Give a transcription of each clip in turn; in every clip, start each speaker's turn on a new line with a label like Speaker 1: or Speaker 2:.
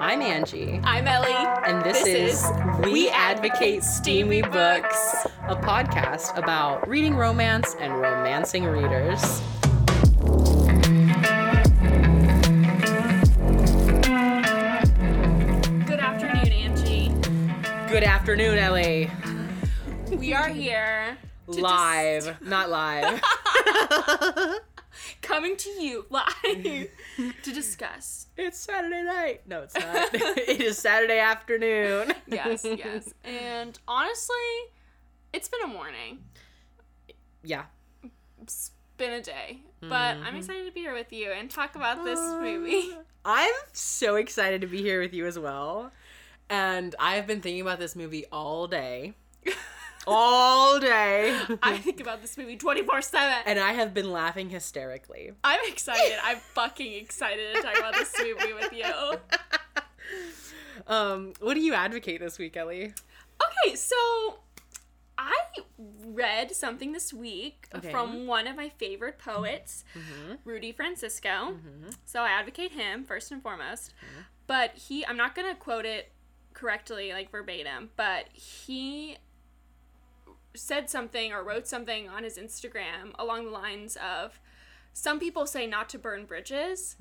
Speaker 1: I'm Angie,
Speaker 2: I'm Ellie.
Speaker 1: and this,
Speaker 2: This
Speaker 1: is,
Speaker 2: is
Speaker 1: We,
Speaker 2: We
Speaker 1: Advocate,
Speaker 2: Advocate
Speaker 1: Steamy
Speaker 2: Steamy
Speaker 1: Books, a podcast about reading romance and romancing readers.
Speaker 2: Good afternoon, Angie.
Speaker 1: Good afternoon, Ellie.
Speaker 2: We are here to dis-
Speaker 1: Live, not live.
Speaker 2: coming to you live to discuss.
Speaker 1: it's Saturday night. No, it's not. it is Saturday afternoon.
Speaker 2: Yes, yes. And honestly, it's been a morning.
Speaker 1: Yeah.
Speaker 2: It's been a day. But
Speaker 1: Mm-hmm.
Speaker 2: I'm excited to be here with you and talk about this
Speaker 1: Ah.
Speaker 2: movie.
Speaker 1: I'm so excited to be here with you as well. And I've been thinking about this movie all day. all day.
Speaker 2: I think about this movie 24 7.
Speaker 1: and I have been laughing hysterically.
Speaker 2: I'm excited. I'm fucking excited to talk about this movie with you.
Speaker 1: Um, what do you advocate this week, Ellie?
Speaker 2: Okay, so I read something this week
Speaker 1: Okay. Mm-hmm.
Speaker 2: from one of my favorite poets, Rudy Francisco. So I advocate him first and foremost.
Speaker 1: Mm-hmm.
Speaker 2: But he, I'm not going to quote it correctly, like verbatim, but he said something or wrote something on his Instagram along the lines of some people say not to burn bridges,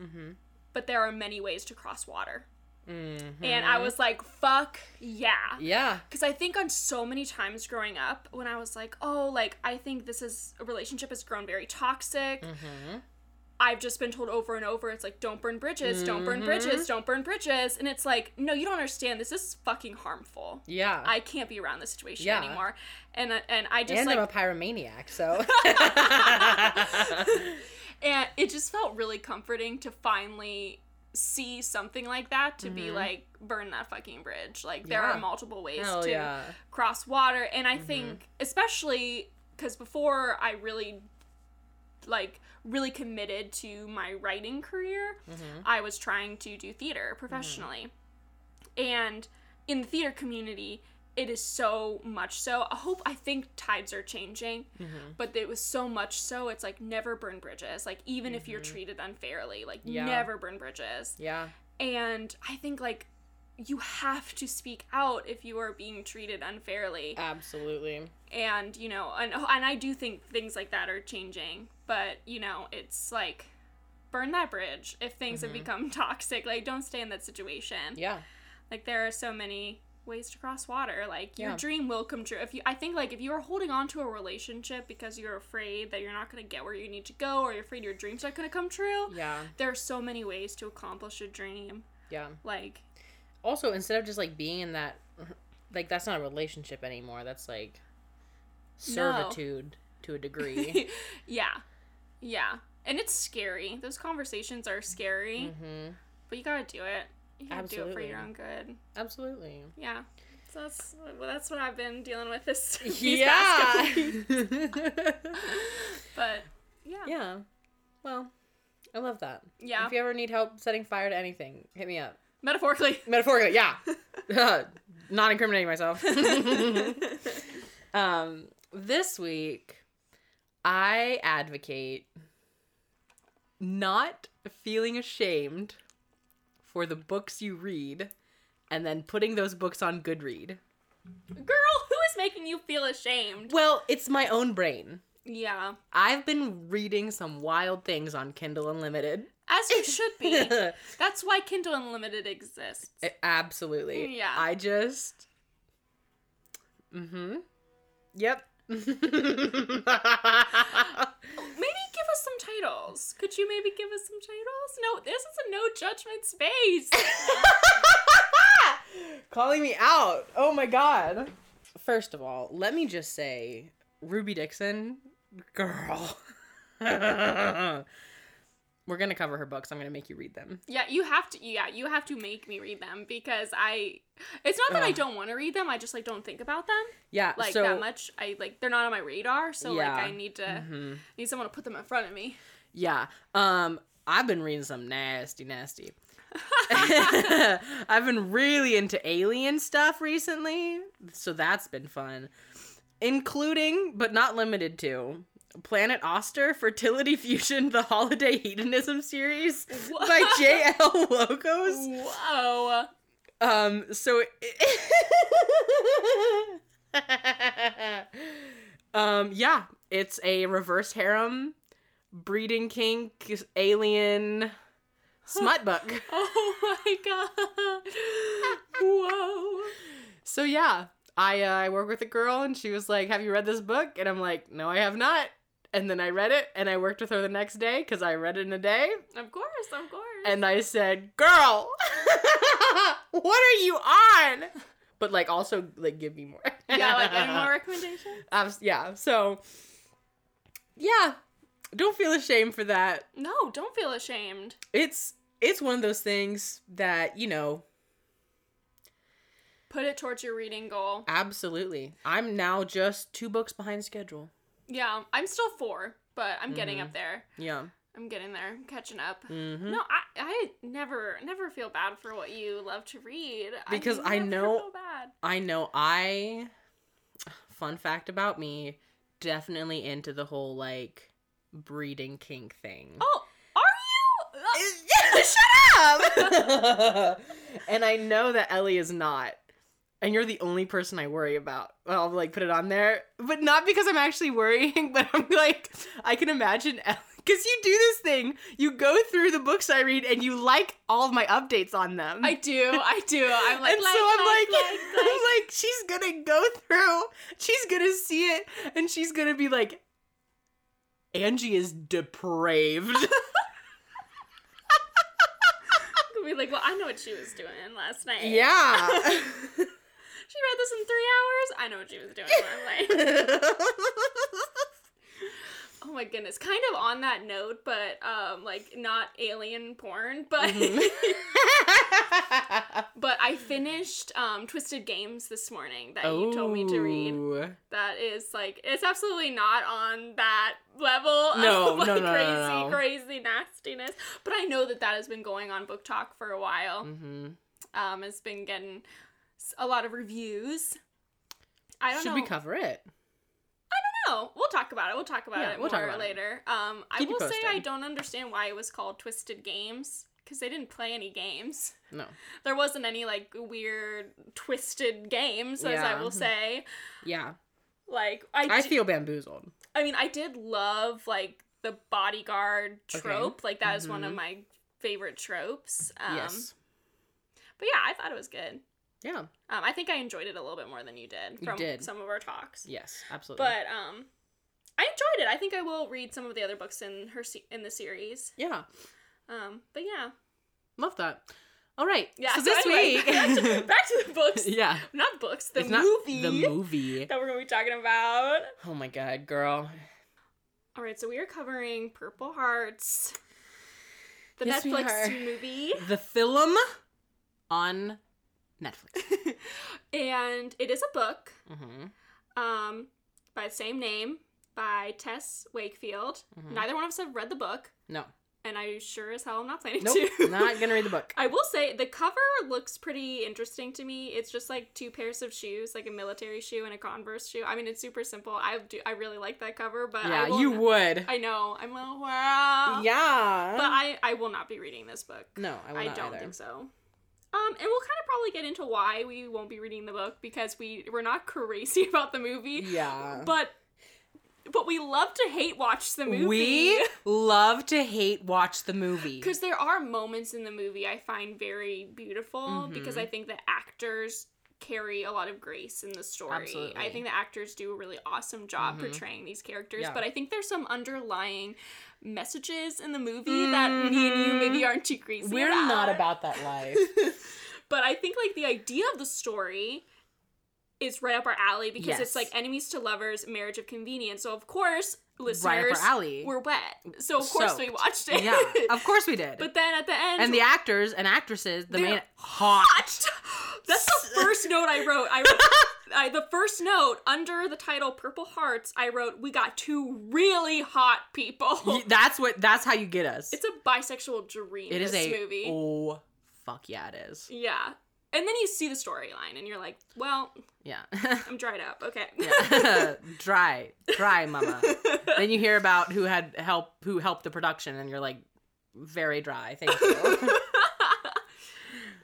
Speaker 2: but there are many ways to cross water.
Speaker 1: Mm-hmm.
Speaker 2: And I was like, fuck yeah.
Speaker 1: yeah,
Speaker 2: Because I think on so many times growing up, when I was like, oh, like, I think this is a relationship has grown very toxic.
Speaker 1: Mm.
Speaker 2: Mm-hmm. I've just been told over and over, it's like, don't burn bridges, don't burn
Speaker 1: Mm-hmm.
Speaker 2: bridges, don't burn bridges. And it's like, no, you don't understand. This is fucking harmful.
Speaker 1: yeah.
Speaker 2: I can't be around this situation
Speaker 1: Yeah.
Speaker 2: anymore. And, I- and I just
Speaker 1: and uh,
Speaker 2: like,
Speaker 1: I'm a pyromaniac, so
Speaker 2: and it just felt really comforting to finally see something like that to be like, burn that fucking bridge. Like, there
Speaker 1: Mm-hmm. Yeah.
Speaker 2: are multiple ways
Speaker 1: hell
Speaker 2: to
Speaker 1: yeah,
Speaker 2: cross water and i think especially because before i really like really committed to my writing career i was trying to do theater professionally and in the theater community it is so much so i hope i think tides are changing but it was so much so it's like never burn bridges like even if you're treated unfairly like
Speaker 1: Yeah.
Speaker 2: never burn bridges
Speaker 1: yeah,
Speaker 2: and i think like you have to speak out if you are being treated unfairly
Speaker 1: absolutely.
Speaker 2: and you know and, and i do think things like that are changing but you know it's like burn that bridge if things have become toxic like don't stay in that situation
Speaker 1: Mm-hmm. Yeah,
Speaker 2: like there are so many ways to cross water like your
Speaker 1: Yeah.
Speaker 2: dream will come true if you i think like if you're holding on to a relationship because you're afraid that you're not going to get where you need to go or you're afraid your dream's not going to come true
Speaker 1: yeah,
Speaker 2: there are so many ways to accomplish a dream
Speaker 1: yeah.
Speaker 2: like
Speaker 1: Also, instead of just like being in that, like that's not a relationship anymore. That's like servitude to a degree.
Speaker 2: yeah. Yeah. And it's scary. Those conversations are scary,
Speaker 1: mm-hmm.
Speaker 2: but you gotta do it. You gotta do it for
Speaker 1: Absolutely.
Speaker 2: your own good.
Speaker 1: Absolutely.
Speaker 2: Yeah. So that's well, that's what I've been dealing with this these past
Speaker 1: yeah.
Speaker 2: couple weeks. But yeah. yeah.
Speaker 1: yeah. Well, I love that. If you ever need help setting fire to anything, hit me up.
Speaker 2: Metaphorically.
Speaker 1: metaphorically yeah not incriminating myself um this week i advocate not feeling ashamed for the books you read and then putting those books on goodread
Speaker 2: Girl, who is making you feel ashamed?
Speaker 1: well it's my own brain
Speaker 2: Yeah.
Speaker 1: i've been reading some wild things on kindle unlimited
Speaker 2: As you should be. that's why Kindle Unlimited exists.
Speaker 1: Eh. Absolutely.
Speaker 2: Yeah.
Speaker 1: I just. Mm hmm. Yep.
Speaker 2: Maybe give us some titles. Could you maybe give us some titles? No, this is a no judgment space.
Speaker 1: Calling me out. Oh my god. First of all, let me just say Ruby Dixon, girl. We're going to cover her books. I'm going to make you read them.
Speaker 2: Yeah, you have to. Yeah, you have to make me read them because I. It's not that I
Speaker 1: Ugh.
Speaker 2: don't want to read them. I just like don't think about them
Speaker 1: Yeah.
Speaker 2: like
Speaker 1: so,
Speaker 2: that much. I like they're not on my radar, so
Speaker 1: Yeah.
Speaker 2: like I need to
Speaker 1: Mhm.
Speaker 2: need someone to put them in front of me.
Speaker 1: Yeah. Um, I've been reading some nasty, nasty. I've been really into alien stuff recently, so that's been fun. Including, but not limited to, Planet Oster, Fertility Fusion, the Holiday Hedonism series by J.L. Locos.
Speaker 2: Whoa!
Speaker 1: Um, so um, yeah, it's a reverse harem, breeding kink, alien smut book.
Speaker 2: Oh my god. Whoa.
Speaker 1: So yeah, I uh, I work with a girl and she was like, "Have you read this book?" And I'm like, "No, I have not." And then I read it and I worked with her the next day cuz I read it in a day
Speaker 2: Of course, of course.
Speaker 1: and I said, "Girl, what are you on?" But like also like give me more.
Speaker 2: yeah, like any more recommendations?
Speaker 1: Um, yeah. So yeah, don't feel ashamed for that.
Speaker 2: No, don't feel ashamed.
Speaker 1: It's it's one of those things that, you know,
Speaker 2: Put it towards your reading goal.
Speaker 1: absolutely. I'm now just two books behind schedule.
Speaker 2: Yeah, I'm still four, but I'm getting
Speaker 1: Mm-hmm.
Speaker 2: up there.
Speaker 1: Yeah.
Speaker 2: I'm getting there. I'm catching up.
Speaker 1: Mhm.
Speaker 2: No, I, I never never feel bad for what you love to read.
Speaker 1: Because I
Speaker 2: never
Speaker 1: know-
Speaker 2: feel bad.
Speaker 1: I know I fun fact about me, definitely into the whole like breeding kink thing.
Speaker 2: Oh, are you? Uh,
Speaker 1: shut up. and I know that Ellie is not. And you're the only person I worry about. I'll like put it on there, but not because I'm actually worrying, but I'm like I can imagine Ellie cuz you do this thing. You go through the books I read and you like all of my updates on them.
Speaker 2: I do, I do. I'm like,
Speaker 1: and
Speaker 2: like,
Speaker 1: so I'm
Speaker 2: like,
Speaker 1: like,
Speaker 2: like, like.
Speaker 1: I'm like, she's gonna go through, she's gonna see it, and she's gonna be like, Angie is depraved.
Speaker 2: Be like, well, I know what she was doing last night.
Speaker 1: yeah.
Speaker 2: She read this in three hours. I know what she was doing. I'm like,
Speaker 1: Mm-hmm.
Speaker 2: oh my goodness. Kind of on that note, but um, like not alien porn, but but I finished um Twisted Games this morning that you told me to read.
Speaker 1: Mm-hmm.
Speaker 2: That is like it's absolutely not on that level
Speaker 1: No,
Speaker 2: of
Speaker 1: no,
Speaker 2: like
Speaker 1: no, no,
Speaker 2: crazy,
Speaker 1: no.
Speaker 2: crazy nastiness. But I know that that has been going on Book Talk for a while.
Speaker 1: Mm-hmm.
Speaker 2: Um, it's been getting s- a lot of reviews. I don't
Speaker 1: Should
Speaker 2: know.
Speaker 1: we cover it?
Speaker 2: No, we'll talk about it. We'll talk about
Speaker 1: Yeah,
Speaker 2: it
Speaker 1: we'll talk
Speaker 2: more
Speaker 1: about it.
Speaker 2: later. Um, I
Speaker 1: Keep you
Speaker 2: will say I
Speaker 1: posted.
Speaker 2: don't understand why it was called Twisted Games because they didn't play any games.
Speaker 1: No.
Speaker 2: There wasn't any like weird twisted games, as I
Speaker 1: Yeah.
Speaker 2: will say.
Speaker 1: Yeah.
Speaker 2: Like I,
Speaker 1: I
Speaker 2: d-
Speaker 1: feel bamboozled.
Speaker 2: I mean, I did love like the bodyguard
Speaker 1: Okay.
Speaker 2: trope. Like that is one of
Speaker 1: Mhm.
Speaker 2: my favorite tropes. Um,
Speaker 1: yes.
Speaker 2: But yeah, I thought it was good.
Speaker 1: Yeah.
Speaker 2: Um, I think I enjoyed it a little bit more than you did
Speaker 1: You
Speaker 2: from
Speaker 1: did.
Speaker 2: some of our talks.
Speaker 1: Yes. Absolutely.
Speaker 2: But um, I enjoyed it. I think I will read some of the other books in her se- in the series.
Speaker 1: yeah.
Speaker 2: Um, but yeah,
Speaker 1: Love that. All right.
Speaker 2: yeah.
Speaker 1: So, this
Speaker 2: anyway, back, to,
Speaker 1: week.
Speaker 2: back to the books,
Speaker 1: yeah.
Speaker 2: not books, the
Speaker 1: It's not
Speaker 2: movie
Speaker 1: The movie.
Speaker 2: that we're gonna be talking about.
Speaker 1: Oh my god, girl.
Speaker 2: All right, so we are covering Purple Hearts, the
Speaker 1: Yes, we are.
Speaker 2: Netflix movie,
Speaker 1: The film on Netflix.
Speaker 2: and it is a book
Speaker 1: Mm-hmm.
Speaker 2: um by the same name by Tess Wakefield.
Speaker 1: Mhm.
Speaker 2: Neither one of us have read the book,
Speaker 1: No.
Speaker 2: and I sure as hell am not planning
Speaker 1: Nope.
Speaker 2: to.
Speaker 1: not gonna read the book.
Speaker 2: I will say the cover looks pretty interesting to me. It's just like two pairs of shoes, like a military shoe and a Converse shoe. I mean, it's super simple. I do, I really like that cover, but I
Speaker 1: yeah,
Speaker 2: will
Speaker 1: you
Speaker 2: n-
Speaker 1: would.
Speaker 2: I know. I'm like, wow.
Speaker 1: yeah.
Speaker 2: But I, I will not be reading this book.
Speaker 1: no, I, will
Speaker 2: I
Speaker 1: not
Speaker 2: don't
Speaker 1: either.
Speaker 2: think so. Um, and we'll kind of probably get into why we won't be reading the book because we we're not crazy about the movie,
Speaker 1: Yeah.
Speaker 2: but but we love to hate watch the movie.
Speaker 1: We love to hate watch the movie.
Speaker 2: Because there are moments in the movie I find very beautiful because
Speaker 1: Mhm.
Speaker 2: I think the actors carry a lot of grace in the story. I
Speaker 1: Absolutely.
Speaker 2: think the actors do a really awesome job
Speaker 1: Mhm.
Speaker 2: portraying these characters,
Speaker 1: Yeah.
Speaker 2: but I think there's some underlying messages in the movie that me and you maybe aren't too crazy
Speaker 1: Mm-hmm. We're not about that life.
Speaker 2: But I think like the idea of the story is right up our alley because
Speaker 1: Yes.
Speaker 2: it's like enemies to lovers, marriage of convenience. So of course,
Speaker 1: right up
Speaker 2: listeners
Speaker 1: our alley.
Speaker 2: were wet. So of course we
Speaker 1: Soaked.
Speaker 2: watched it.
Speaker 1: yeah, of course we did.
Speaker 2: But then at the end,
Speaker 1: and the actors and actresses, the
Speaker 2: They're
Speaker 1: main hot.
Speaker 2: That's the first note I wrote. I wrote I, the first note under the title "Purple Hearts." I wrote, "We got two really hot people."
Speaker 1: Y- That's what. That's how you get us.
Speaker 2: It's a bisexual dream.
Speaker 1: it is
Speaker 2: this
Speaker 1: a
Speaker 2: movie.
Speaker 1: oh fuck yeah it is
Speaker 2: Yeah, and then you see the storyline, and you're like, "Well,
Speaker 1: yeah.
Speaker 2: I'm dried up." Okay.
Speaker 1: yeah. dry, dry, mama. then you hear about who had help, who helped the production, and you're like, very dry. Thank you.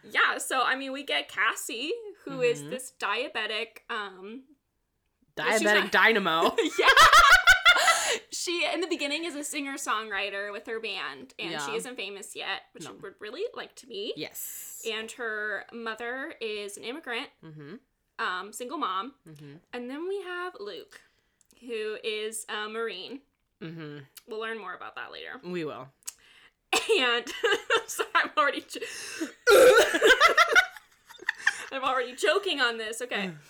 Speaker 2: yeah, so I mean, we get Cassie, who is
Speaker 1: Mhm.
Speaker 2: this diabetic. Um, Well, she's
Speaker 1: Diabetic
Speaker 2: not-
Speaker 1: dynamo.
Speaker 2: yeah. she in the beginning is a singer songwriter with her band, and she
Speaker 1: Yeah.
Speaker 2: isn't famous yet, which
Speaker 1: No.
Speaker 2: I would really like to be.
Speaker 1: yes.
Speaker 2: And her mother is an immigrant,
Speaker 1: Mm-hmm.
Speaker 2: um, single mom.
Speaker 1: Mm-hmm.
Speaker 2: And then we have Luke, who is a Marine.
Speaker 1: Mm-hmm.
Speaker 2: We'll learn more about that later.
Speaker 1: We will.
Speaker 2: And so I'm already, j- I'm already joking on this. Okay.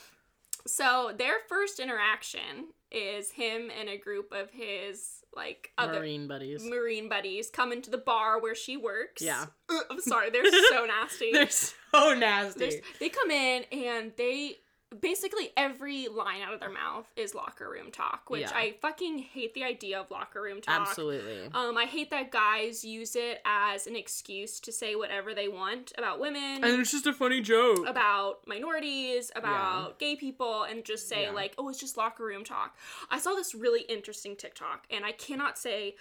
Speaker 2: So their first interaction is him and a group of his like other marine,
Speaker 1: Marine buddies.
Speaker 2: buddies come into the bar where she works.
Speaker 1: Yeah.
Speaker 2: I'm sorry, they're so nasty.
Speaker 1: They're so nasty.
Speaker 2: There's- they come in and they basically every line out of their mouth is locker room talk, which
Speaker 1: Yeah.
Speaker 2: I fucking hate the idea of locker room talk.
Speaker 1: Absolutely.
Speaker 2: Um, I hate that guys use it as an excuse to say whatever they want about women,
Speaker 1: it's just a funny joke.
Speaker 2: about minorities, about gay people, and just say,
Speaker 1: Yeah.
Speaker 2: like, oh, it's just locker room talk. I saw this really interesting TikTok, and I cannot say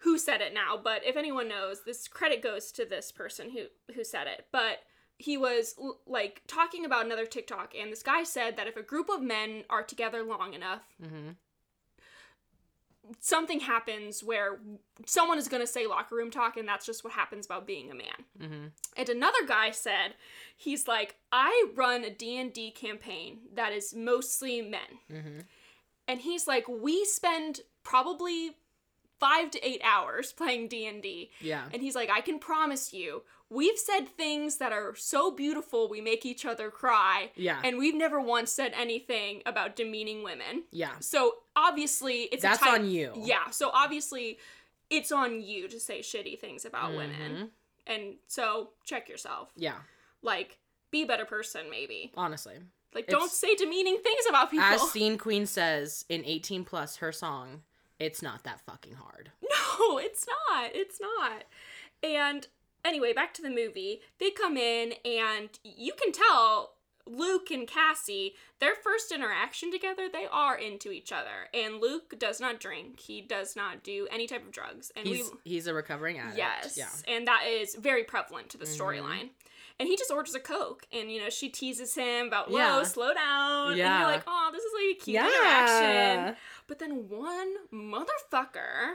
Speaker 2: who said it now, but if anyone knows, this credit goes to this person who who said it. But he was l- like talking about another TikTok, and this guy said that if a group of men are together long enough,
Speaker 1: mm-hmm.
Speaker 2: something happens where someone is going to say locker room talk, and that's just what happens about being a man.
Speaker 1: Mm-hmm.
Speaker 2: And another guy said, he's like, I run a D&D campaign that is mostly men.
Speaker 1: Mm-hmm.
Speaker 2: And he's like, we spend probably 5 to 8 hours playing D&D.
Speaker 1: Yeah.
Speaker 2: And he's like, I can promise you, we've said things that are so beautiful we make each other cry,
Speaker 1: Yeah.
Speaker 2: and we've never once said anything about demeaning women.
Speaker 1: yeah.
Speaker 2: So obviously, it's
Speaker 1: That's
Speaker 2: a type-
Speaker 1: on you.
Speaker 2: Yeah, so obviously it's on you to say shitty things about women.
Speaker 1: Mhm.
Speaker 2: And so check yourself
Speaker 1: Yeah.
Speaker 2: like be a better person maybe
Speaker 1: Honestly.
Speaker 2: like don't
Speaker 1: It's-
Speaker 2: say demeaning things about people
Speaker 1: As Scene Queen says in 18 plus her song, it's not that fucking hard.
Speaker 2: no it's not it's not and anyway back to the movie they come in and you can tell luke and cassie their first interaction together they are into each other and luke does not drink he does not do any type of drugs and
Speaker 1: He's he's a recovering
Speaker 2: we
Speaker 1: addict.
Speaker 2: yes
Speaker 1: Yeah.
Speaker 2: and that is very prevalent to the
Speaker 1: Mhm.
Speaker 2: storyline and he just orders a coke and you know she teases him about whoa
Speaker 1: Yeah.
Speaker 2: slow down and
Speaker 1: Yeah.
Speaker 2: you're like oh this is like a cute interaction
Speaker 1: Yeah.
Speaker 2: But then one motherfucker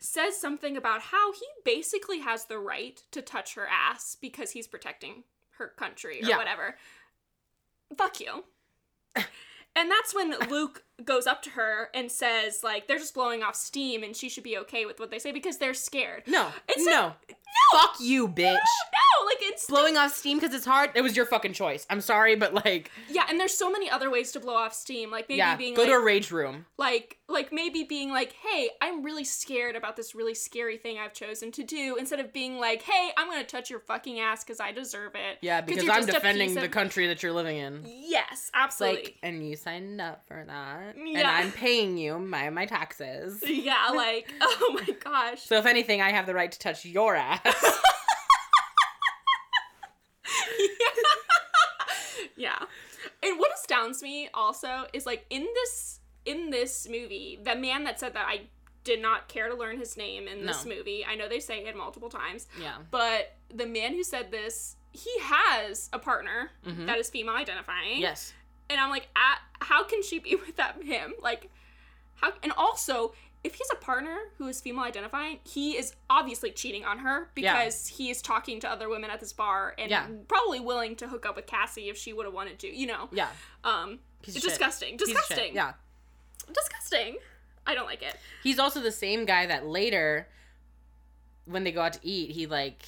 Speaker 2: says something about how he basically has the right to touch her ass because he's protecting her country or
Speaker 1: Yeah.
Speaker 2: whatever. Fuck you. and that's when Luke goes up to her and says, like, they're just blowing off steam and she should be okay with what they say because they're scared.
Speaker 1: No.
Speaker 2: It's
Speaker 1: no. Fuck you, bitch.
Speaker 2: No, like it's
Speaker 1: Blowing off steam because it's hard. It was your fucking choice. I'm sorry, but like,
Speaker 2: yeah, and there's so many other ways to blow off steam. Like maybe
Speaker 1: yeah,
Speaker 2: being
Speaker 1: go
Speaker 2: like,
Speaker 1: to a rage room.
Speaker 2: like like maybe being like hey i'm really scared about this really scary thing i've chosen to do instead of being like hey i'm gonna touch your fucking ass because i deserve it
Speaker 1: Yeah, because
Speaker 2: you're
Speaker 1: I'm
Speaker 2: just a
Speaker 1: defending
Speaker 2: piece
Speaker 1: the
Speaker 2: of-
Speaker 1: country that you're living in.
Speaker 2: yes
Speaker 1: It's
Speaker 2: absolutely
Speaker 1: like, and you signed up for that, and
Speaker 2: Yeah.
Speaker 1: I'm paying you my my taxes.
Speaker 2: yeah like oh my gosh
Speaker 1: So if anything, I have the right to touch your ass.
Speaker 2: yeah and what astounds me also is like in this in this movie the man that said that i did not care to learn his name in this
Speaker 1: No.
Speaker 2: movie i know they say it multiple times
Speaker 1: yeah.
Speaker 2: but the man who said this he has a partner
Speaker 1: Mhm.
Speaker 2: that is female identifying
Speaker 1: Yes.
Speaker 2: and I'm like, ah, how can she be without him? Like, how? And also, if he's a partner who is female identifying, he is obviously cheating on her
Speaker 1: Yeah.
Speaker 2: because he is talking to other women at this bar and
Speaker 1: Yeah.
Speaker 2: probably willing to hook up with Cassie if she would have wanted to. You know,
Speaker 1: Yeah.
Speaker 2: um,
Speaker 1: Piece
Speaker 2: it's
Speaker 1: of shit.
Speaker 2: disgusting,
Speaker 1: Piece of shit.
Speaker 2: disgusting,
Speaker 1: Yeah.
Speaker 2: disgusting. I don't like it.
Speaker 1: He's also the same guy that later, when they go out to eat, he like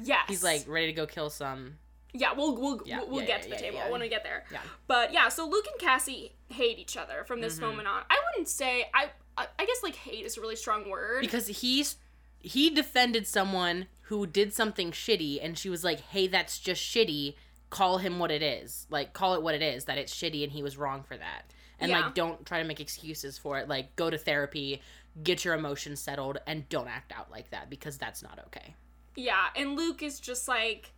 Speaker 2: Yes,
Speaker 1: he's like ready to go kill some.
Speaker 2: yeah, we'll we'll
Speaker 1: Yeah,
Speaker 2: we'll, we'll
Speaker 1: yeah,
Speaker 2: get
Speaker 1: yeah,
Speaker 2: to the
Speaker 1: yeah,
Speaker 2: table
Speaker 1: yeah.
Speaker 2: when we get there.
Speaker 1: Yeah.
Speaker 2: But yeah, so Luke and Cassie hate each other from this
Speaker 1: Mhm.
Speaker 2: moment on. I wouldn't say I. I I guess like hate is a really strong word.
Speaker 1: because he's he defended someone who did something shitty and she was like hey that's just shitty call him what it is like call it what it is that it's shitty and he was wrong for that and
Speaker 2: Yeah.
Speaker 1: like don't try to make excuses for it like go to therapy get your emotions settled and don't act out like that because that's not okay
Speaker 2: Yeah, and Luke is just like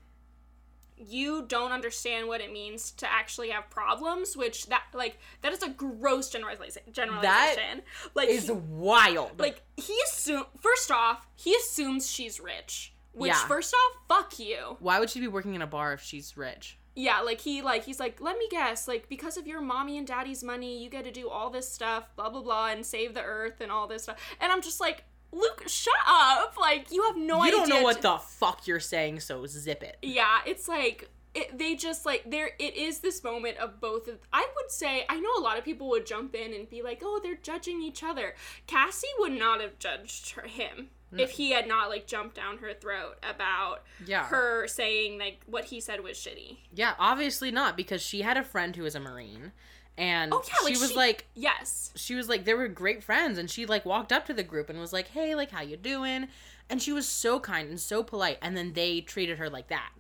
Speaker 2: you don't understand what it means to actually have problems, which that like that is a gross generalization. Generalization. like he,
Speaker 1: wild
Speaker 2: like he assume first off, he assumes she's rich, Which
Speaker 1: Yeah.
Speaker 2: first off, fuck you.
Speaker 1: Why would she be working in a bar if she's rich?
Speaker 2: Yeah, like he like he's like, let me guess, like because of your mommy and daddy's money, you get to do all this stuff, blah blah blah, and save the earth and all this stuff. And I'm just like, Luke, shut up! Like you have no
Speaker 1: you
Speaker 2: idea.
Speaker 1: don't know what
Speaker 2: to-
Speaker 1: the fuck you're saying, so zip it.
Speaker 2: Yeah, it's like it, they just like there. It is this moment of both. Of, I would say I know a lot of people would jump in and be like, "Oh, they're judging each other." Cassie would not have judged her, him if he had not like jumped down her throat about
Speaker 1: Yeah.
Speaker 2: her saying like what he said was shitty.
Speaker 1: Yeah, obviously not because she had a friend who was a marine, and
Speaker 2: Oh yeah,
Speaker 1: she
Speaker 2: like
Speaker 1: was like,
Speaker 2: yes,
Speaker 1: she was like, they were great friends, and she like walked up to the group and was like, hey, like how you doing? And she was so kind and so polite, and then they treated her like that,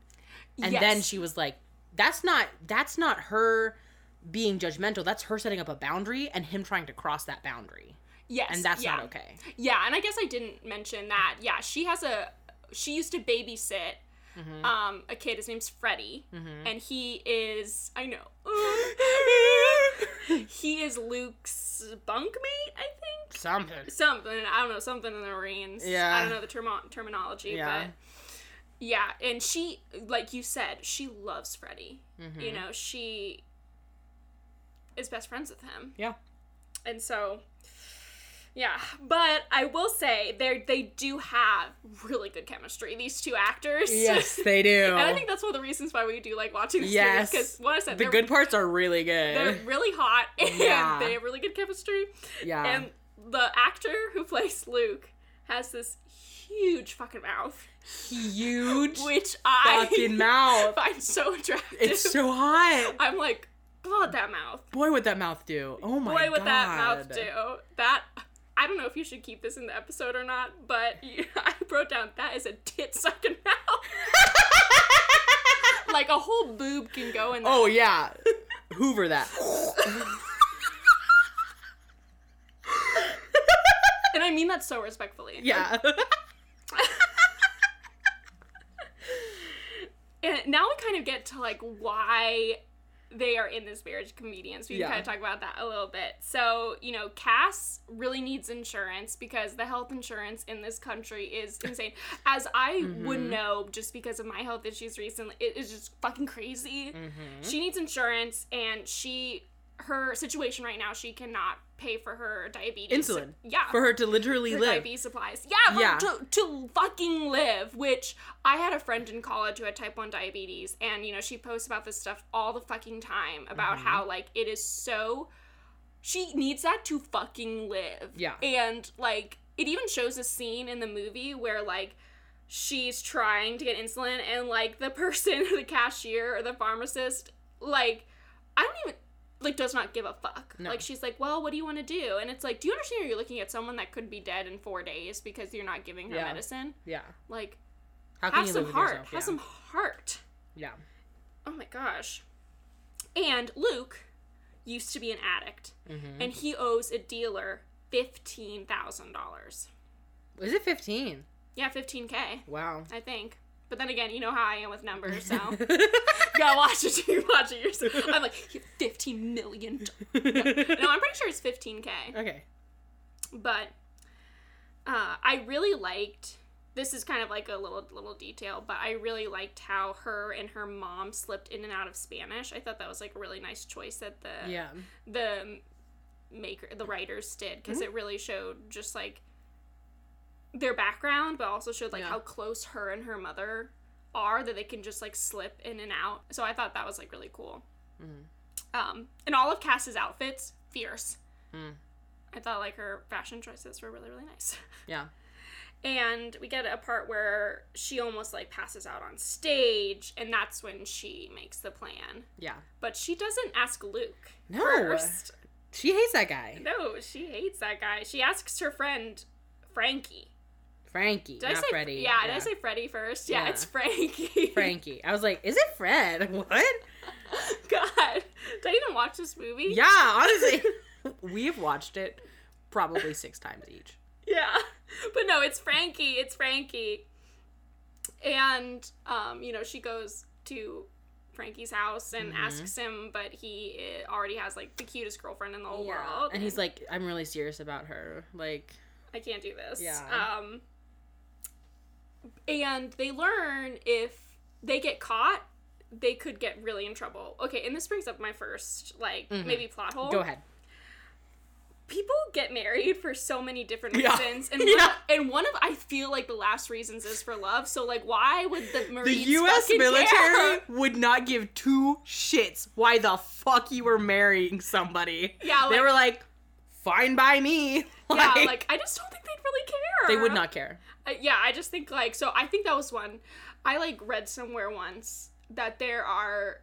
Speaker 1: and then
Speaker 2: Yes.
Speaker 1: she was like, that's not that's not her being judgmental. That's her setting up a boundary and him trying to cross that boundary,
Speaker 2: yes,
Speaker 1: and that's
Speaker 2: yeah.
Speaker 1: not okay.
Speaker 2: Yeah, and I guess I didn't mention that. Yeah, she has a she used to babysit
Speaker 1: Mm. Uh,
Speaker 2: um a kid. His name's Freddie, and he is I know he is Luke's bunkmate. I think
Speaker 1: Something.
Speaker 2: something I don't know something in the Marines.
Speaker 1: Yeah.
Speaker 2: I don't know the termo- terminology,
Speaker 1: Yeah.
Speaker 2: but. Yeah, and she, like you said, she loves Freddie.
Speaker 1: Mm-hmm.
Speaker 2: You know, she is best friends with him.
Speaker 1: Yeah.
Speaker 2: And so, yeah. But I will say they they do have really good chemistry. These two actors.
Speaker 1: they do.
Speaker 2: and I think that's one of the reasons why we do like watching this
Speaker 1: Yes.
Speaker 2: because what I said,
Speaker 1: the
Speaker 2: they're,
Speaker 1: good parts are really good.
Speaker 2: they're really hot and
Speaker 1: Yeah.
Speaker 2: they have really good chemistry.
Speaker 1: yeah.
Speaker 2: And the actor who plays Luke has this huge fucking mouth,
Speaker 1: Huge
Speaker 2: which I
Speaker 1: fucking mouth.
Speaker 2: find so attractive.
Speaker 1: It's so hot.
Speaker 2: I'm like, God, that mouth.
Speaker 1: Boy, would that mouth do? Oh my god.
Speaker 2: Boy, would that mouth do? That I don't know if you should keep this in the episode or not, but you- I wrote down that is a tit sucking mouth. like a whole boob can go in. That.
Speaker 1: Oh yeah. Hoover that.
Speaker 2: and I mean that so respectfully.
Speaker 1: yeah.
Speaker 2: And now we kind of get to like why they are in this marriage comedians. We
Speaker 1: Yeah.
Speaker 2: can kind of talk about that a little bit. So, you know, Cass really needs insurance because the health insurance in this country is insane. As I would
Speaker 1: Mm-hmm.
Speaker 2: know just because of my health issues recently, it is just fucking crazy.
Speaker 1: Mm-hmm.
Speaker 2: She needs insurance and she her situation right now, she cannot pay for her diabetes.
Speaker 1: Insulin.
Speaker 2: Yeah
Speaker 1: For her to literally
Speaker 2: for
Speaker 1: live.
Speaker 2: IV E supplies. Yeah, but
Speaker 1: Yeah.
Speaker 2: To, to fucking live, which I had a friend in college who had type 1 diabetes, and, you know, she posts about this stuff all the fucking time about
Speaker 1: Mm-hmm.
Speaker 2: how, like, it is so. She needs that to fucking live.
Speaker 1: Yeah.
Speaker 2: And, like, it even shows a scene in the movie where, like, she's trying to get insulin, and, like, the person, the cashier or the pharmacist, like, I don't even like does not give a fuck.
Speaker 1: No.
Speaker 2: Like she's like, "Well, what do you want to do?" And it's like, "Do you understand you're looking at someone that could be dead in 4 days because you're not giving her
Speaker 1: Yeah.
Speaker 2: medicine?"
Speaker 1: Yeah.
Speaker 2: Like,
Speaker 1: How
Speaker 2: have some
Speaker 1: with
Speaker 2: heart.
Speaker 1: yourself?
Speaker 2: Have
Speaker 1: yeah.
Speaker 2: some heart.
Speaker 1: Yeah.
Speaker 2: Oh my gosh. And Luke used to be an addict, and
Speaker 1: Mm.
Speaker 2: he owes a dealer $15,000.
Speaker 1: Is it 15?
Speaker 2: Yeah, 15k,
Speaker 1: Wow.
Speaker 2: I think. But then again, you know how I am with numbers, so gotta watch it. You watch it yourself. I'm like, fifteen million. dollars." No, I'm pretty sure it's fifteen k.
Speaker 1: okay.
Speaker 2: but uh, I really liked. This is kind of like a little little detail, but I really liked how her and her mom slipped in and out of Spanish. I thought that was like a really nice choice that the
Speaker 1: Yeah.
Speaker 2: the maker the writers did
Speaker 1: Mm-hmm.
Speaker 2: because it really showed just like their background, but also showed like
Speaker 1: Yeah.
Speaker 2: how close her and her mother are that they can just like slip in and out. So I thought that was like really cool.
Speaker 1: Mm-hmm.
Speaker 2: Um, and all of Cass's outfits, fierce.
Speaker 1: Mm.
Speaker 2: I thought like her fashion choices were really really nice.
Speaker 1: Yeah.
Speaker 2: And we get a part where she almost like passes out on stage, and that's when she makes the plan.
Speaker 1: Yeah.
Speaker 2: But she doesn't ask Luke
Speaker 1: No.
Speaker 2: first.
Speaker 1: She hates that guy.
Speaker 2: No, she hates that guy. She asks her friend Frankie.
Speaker 1: Frankie.
Speaker 2: Did
Speaker 1: not
Speaker 2: I say
Speaker 1: Freddie.
Speaker 2: Yeah, did I say Freddie first? Yeah,
Speaker 1: Yeah.
Speaker 2: it's Frankie.
Speaker 1: Frankie? I was like, is it Fred? What?
Speaker 2: God, did I even watch this movie?
Speaker 1: Yeah, honestly. We've watched it probably six times each.
Speaker 2: Yeah. But no, it's Frankie. It's Frankie. And um, you know, she goes to Frankie's house and
Speaker 1: Mm-hmm.
Speaker 2: asks him, but he eh, already has like the cutest girlfriend in the whole world.
Speaker 1: And he's like, I'm really serious about her. Like,
Speaker 2: I can't do this.
Speaker 1: Yeah.
Speaker 2: Um and they learn if they get caught, they could get really in trouble. Okay, and this brings up my first like
Speaker 1: Mhm.
Speaker 2: maybe plot hole.
Speaker 1: Go ahead.
Speaker 2: People get married for so many different
Speaker 1: Yeah.
Speaker 2: reasons, and one,
Speaker 1: Yeah.
Speaker 2: and one of I feel like the last reasons is for love. So like, why would the
Speaker 1: The
Speaker 2: Marines
Speaker 1: U.S.
Speaker 2: fucking
Speaker 1: military
Speaker 2: care?
Speaker 1: would not give two shits why the fuck you were marrying somebody.
Speaker 2: Yeah,
Speaker 1: they
Speaker 2: like-
Speaker 1: were like, fine by me.
Speaker 2: Yeah, like I just don't think they'd really care.
Speaker 1: they would not care.
Speaker 2: Uh, yeah, I just think like so. I think that was one. I like read somewhere once that there are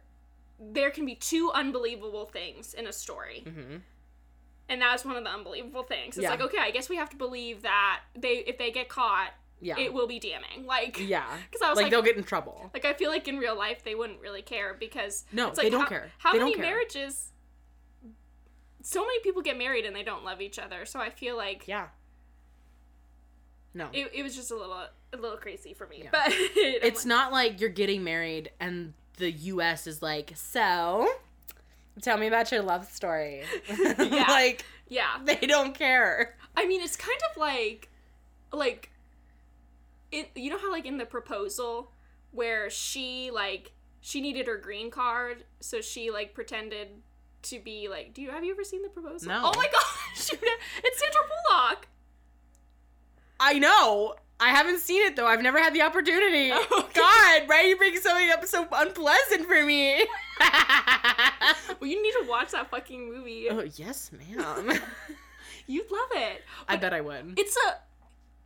Speaker 2: there can be two unbelievable things in a story,
Speaker 1: Mm-hmm.
Speaker 2: and that was one of the unbelievable things. It's
Speaker 1: Yeah.
Speaker 2: like okay, I guess we have to believe that they if they get caught,
Speaker 1: Yeah,
Speaker 2: it will be damning. Like
Speaker 1: yeah.
Speaker 2: because I was
Speaker 1: like,
Speaker 2: like.
Speaker 1: they'll
Speaker 2: like
Speaker 1: get in trouble.
Speaker 2: I feel like in real life they wouldn't really care because
Speaker 1: No,
Speaker 2: it's like
Speaker 1: they don't
Speaker 2: how,
Speaker 1: care.
Speaker 2: How
Speaker 1: They don't
Speaker 2: many
Speaker 1: care.
Speaker 2: marriages? So many people get married and they don't love each other. So I feel like
Speaker 1: Yeah. No.
Speaker 2: it, it was just a little a little crazy for me.
Speaker 1: Yeah.
Speaker 2: But
Speaker 1: it's not like you're getting married and the U.S. is like, so tell me about your love story.
Speaker 2: Yeah.
Speaker 1: like,
Speaker 2: yeah.
Speaker 1: they don't care.
Speaker 2: I mean, it's kind of like, like, it. You know how like in the proposal where she like she needed her green card, so she like pretended to be like. Do you have you ever seen the proposal?
Speaker 1: No.
Speaker 2: Oh my gosh, you know- it's Sandra Bullock.
Speaker 1: I know. I haven't seen it though. I've never had the opportunity.
Speaker 2: Okay.
Speaker 1: God, why are you bringing something up so unpleasant for me?
Speaker 2: Well, you need to watch that fucking movie.
Speaker 1: oh yes, ma'am.
Speaker 2: You'd love it.
Speaker 1: I bet I would.
Speaker 2: It's a.